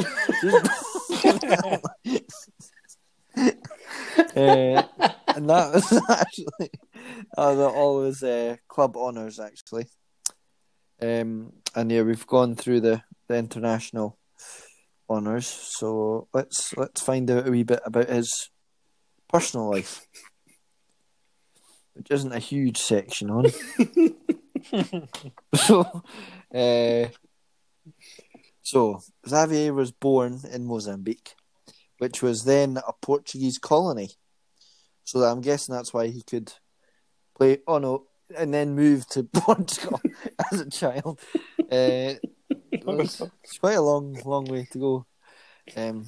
S2: Uh, and that was actually uh, the- all his uh, club honours, actually. Um, and yeah, we've gone through the, the international honours, so let's let's find out a wee bit about his personal life, which isn't a huge section on. so, uh, so Xavier was born in Mozambique, which was then a Portuguese colony. So I'm guessing that's why he could play. Oh no, and then move to Portugal as a child. Uh, it's it's quite a long, long way to go. Um,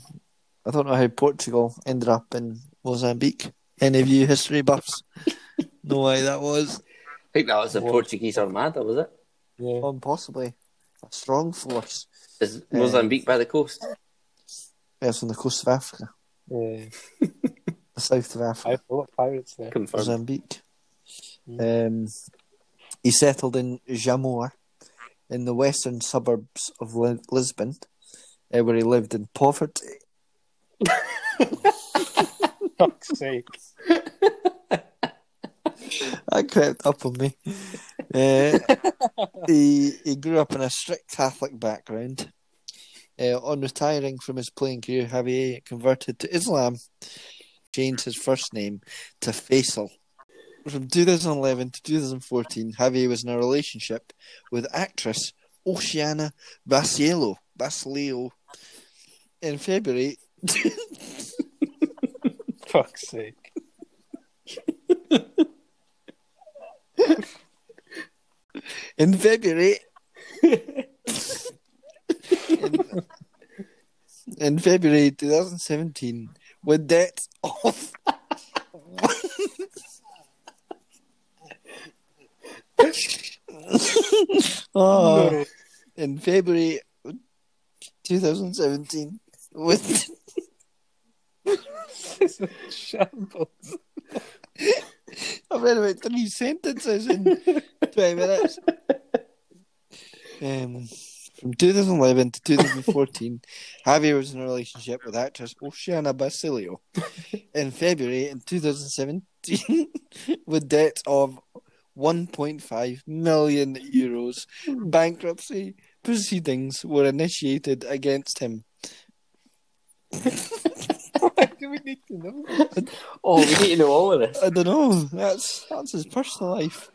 S2: I don't know how Portugal ended up in Mozambique. Any of you history buffs know why that was?
S1: I think that was the
S4: What?
S1: Portuguese Armada, was it?
S4: Yeah.
S2: Um, possibly a strong force.
S1: Is Mozambique by the coast?
S2: Yes, uh, from the coast of Africa,
S4: yeah.
S2: the south of Africa.
S4: I thought pirates there.
S1: Confirmed.
S2: Mozambique. Um, he settled in Jamor, in the western suburbs of Li- Lisbon, uh, where he lived in poverty.
S4: Fuck's sake.
S2: That crept up on me. Uh, he he grew up in a strict Catholic background. Uh, on retiring from his playing career, Javier converted to Islam, changed his first name to Faisal. From 2011 to 2014, Javier was in a relationship with actress Oceana Basilio. Basilio. In February,
S4: Fuck's sake.
S2: in February. in, in February 2017, with debts of oh,
S4: No.
S2: in February 2017, with
S4: This is shambles.
S2: I've read about three sentences in 20 minutes. Um, from 2011 to 2014, Javier was in a relationship with actress Oceana Basilio. In February in 2017, with debt of 1.5 million euros, bankruptcy proceedings were initiated against him.
S4: Why do we need to know?
S1: Oh, we need to know all of this.
S2: I don't know. That's that's his personal life.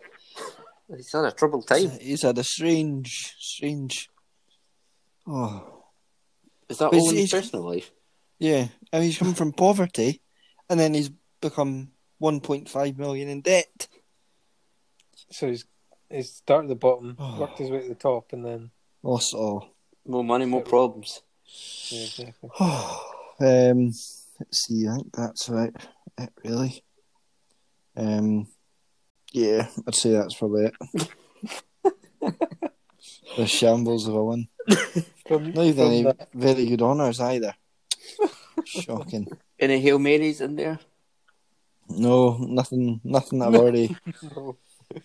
S1: He's had a troubled time.
S2: He's had a strange, strange. Oh.
S1: Is that
S2: But
S1: all in his
S2: he's-
S1: personal life?
S2: Yeah, I mean, he's come from poverty, and then he's become 1.5 million in debt.
S4: So he's he's started at the bottom, worked his way to the top, and then
S2: Lost it all.
S1: More money, more problems.
S4: yeah, exactly.
S2: um, let's see. I think that's about it, really. Um, yeah, I'd say that's probably it. the shambles of a one.
S4: From,
S2: Not even
S4: from
S2: any
S4: that-
S2: very good honours either. Shocking.
S1: Any Hail Marys in there?
S2: No, nothing. Nothing I've already
S4: no.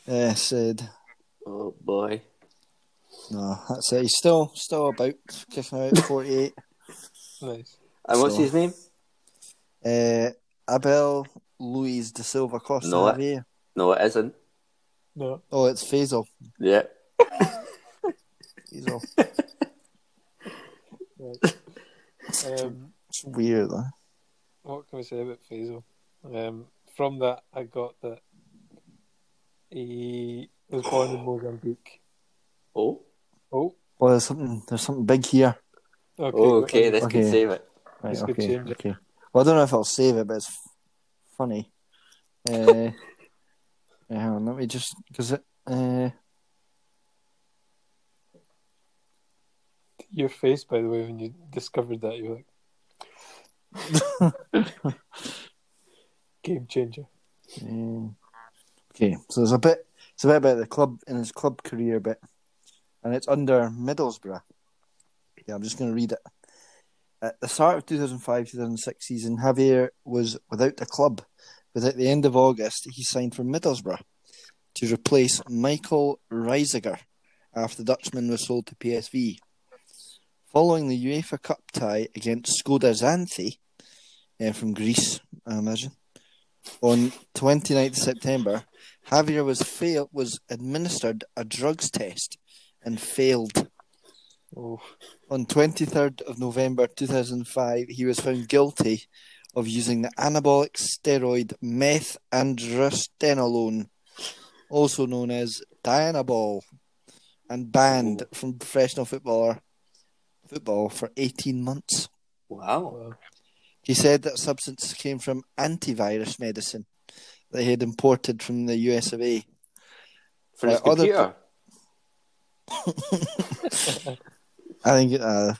S2: uh, said.
S1: Oh boy.
S2: No, that's it. He's still still about kicking out forty eight.
S4: Nice.
S1: And what's
S2: So-
S1: his name?
S2: Uh, Abel Luis de Silva Costa.
S1: No, I-
S2: Javier.
S1: No, it isn't.
S4: No.
S2: Oh, it's Faisal.
S1: Yeah.
S2: Faisal.
S4: Um,
S2: It's weird though.
S4: what can we say about Faisal? Um, from that, I got that he was born in Mozambique.
S1: Oh.
S4: Oh,
S2: Well, there's something there's something big here.
S4: okay.
S1: Oh, okay.
S4: wait
S1: This could
S2: Okay.
S1: save it.
S2: Right,
S4: This could
S2: okay,
S4: change it.
S2: okay. Well, I don't know if I'll save it, but it's f- funny. Uh, yeah, hang on, let me just because it. Uh,
S4: your face, by the way, when you discovered that, you're like, game changer.
S2: Mm. Okay, so there's a bit. It's a bit about the club in his club career bit, and it's under Middlesbrough. Yeah, I'm just going to read it. At the start of 2005-2006 season, Javier was without a club, but at the end of August, he signed for Middlesbrough to replace Michael Reisiger after the Dutchman was sold to PSV. Following the UEFA Cup tie against Skoda Xanthi eh, from Greece, I imagine, on 29th September, Javier was fail- was administered a drugs test and failed.
S4: Oh,
S2: On 23rd of November 2005, he was found guilty of using the anabolic steroid methadrostenolone, also known as Dianabol, and banned from professional footballer football for 18 months. Uh,
S1: Wow.
S4: wow.
S2: He said that substance came from antivirus medicine that he had imported from the US of A.
S1: For his
S2: Uh, other-
S1: computer.
S2: I think, uh,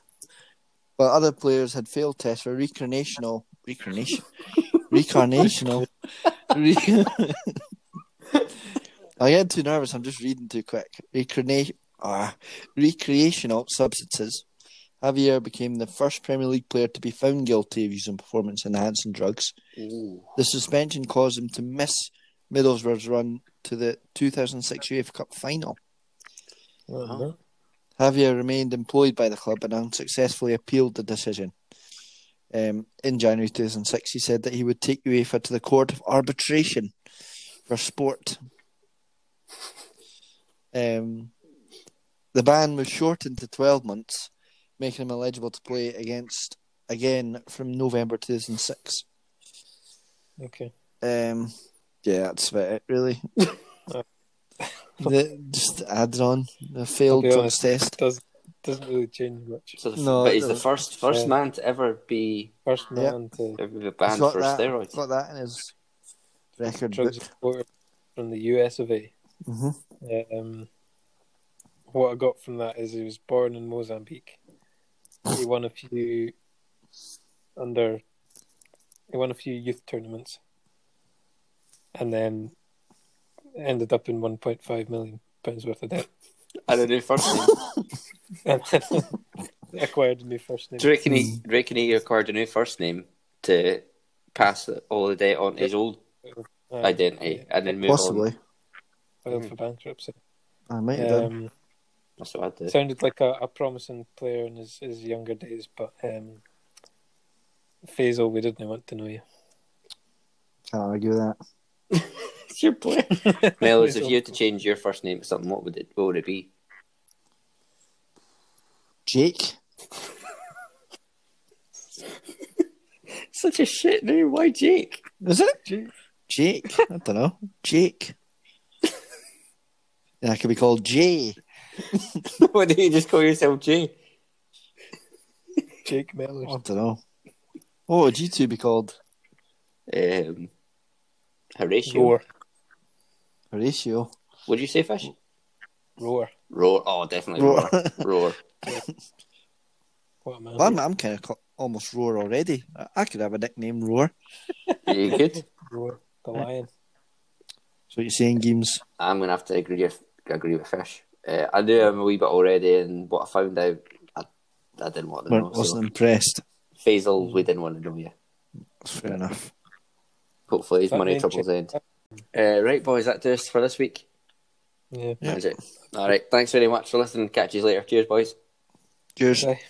S2: but other players had failed tests for recreational, recreation, recarnational. re- I get too nervous. I'm just reading too quick. Recreation, ah, recreational substances. Javier became the first Premier League player to be found guilty of using performance-enhancing drugs.
S1: Ooh.
S2: The suspension caused him to miss Middlesbrough's run to the 2006 UEFA Cup final.
S4: Well, no.
S2: Javier remained employed by the club and unsuccessfully appealed the decision. Um, in January 2006, he said that he would take UEFA to the court of arbitration for sport. Um, the ban was shortened to 12 months, making him eligible to play against again from November 2006.
S4: Okay.
S2: Um, yeah, that's about it, really. the, just added on the failed
S4: I'll be
S2: drugs
S4: honest,
S2: test.
S4: Does doesn't really change much.
S1: So the,
S2: No,
S1: but he's
S2: no.
S1: the first first
S4: Yeah.
S1: man to ever be
S4: First
S2: Yeah.
S4: man to
S1: ever be
S2: He's
S1: banned
S2: got
S1: for
S2: that,
S1: steroids.
S2: Got that in his record
S4: drugs
S2: book.
S4: imported from the US of A.
S2: hmm
S4: Um, what I got from that is he was born in Mozambique. He won a few under. He won a few youth tournaments, and then ended up in 1.5 million pounds worth of debt.
S1: And a new first name.
S4: And acquired a new first name.
S1: Do you reckon
S2: Hmm.
S1: he, do you reckon he acquired a new first name to pass the- all the debt on to his old
S4: Uh,
S2: eh?
S1: identity and then move on?
S2: Possibly. Hmm.
S4: filed for bankruptcy.
S2: I might have done.
S4: Um,
S1: That's what I did.
S4: sounded like a, a promising player in his, his younger days, but um, Faisal, we didn't want to know you.
S2: Can't argue that.
S1: It's your play. Mellors, if you had to change your first name to something, what would it what would it be?
S2: Jake?
S1: Such a shit name. Why Jake?
S2: Is it?
S4: Jake.
S2: Jake? I don't know. Jake. yeah, I could be called Jay.
S1: Why don't you just call yourself Jay?
S4: Jake
S2: I
S4: Mellors.
S2: don't know. What would you two be called?
S1: Um, Horatio.
S4: Roar.
S2: Horatio.
S1: Would you say fish?
S4: Roar.
S1: Roar. Oh, definitely
S2: Roar.
S1: roar. Roar.
S4: What a man.
S2: Well, I'm, I'm kind of almost Roar already. I, I could have a nickname Roar.
S1: you good?
S4: Roar. The lion.
S2: So you're saying, Games?
S1: I'm gonna have to agree with, agree with Fish. Uh, I knew him a wee bit already, and what I found out, I, I didn't want to know.
S2: weren't
S1: So.
S2: wasn't impressed.
S1: Faisal, we didn't want to know you.
S2: Fair enough.
S1: Hopefully, his
S4: That
S1: money
S4: name
S1: troubles end.
S4: change-
S1: Uh, right, boys, that does for this week.
S4: Yeah.
S2: Yeah.
S1: That is it. All right, thanks very much for listening. Catch you later. Cheers, boys.
S2: Cheers.
S4: Aye.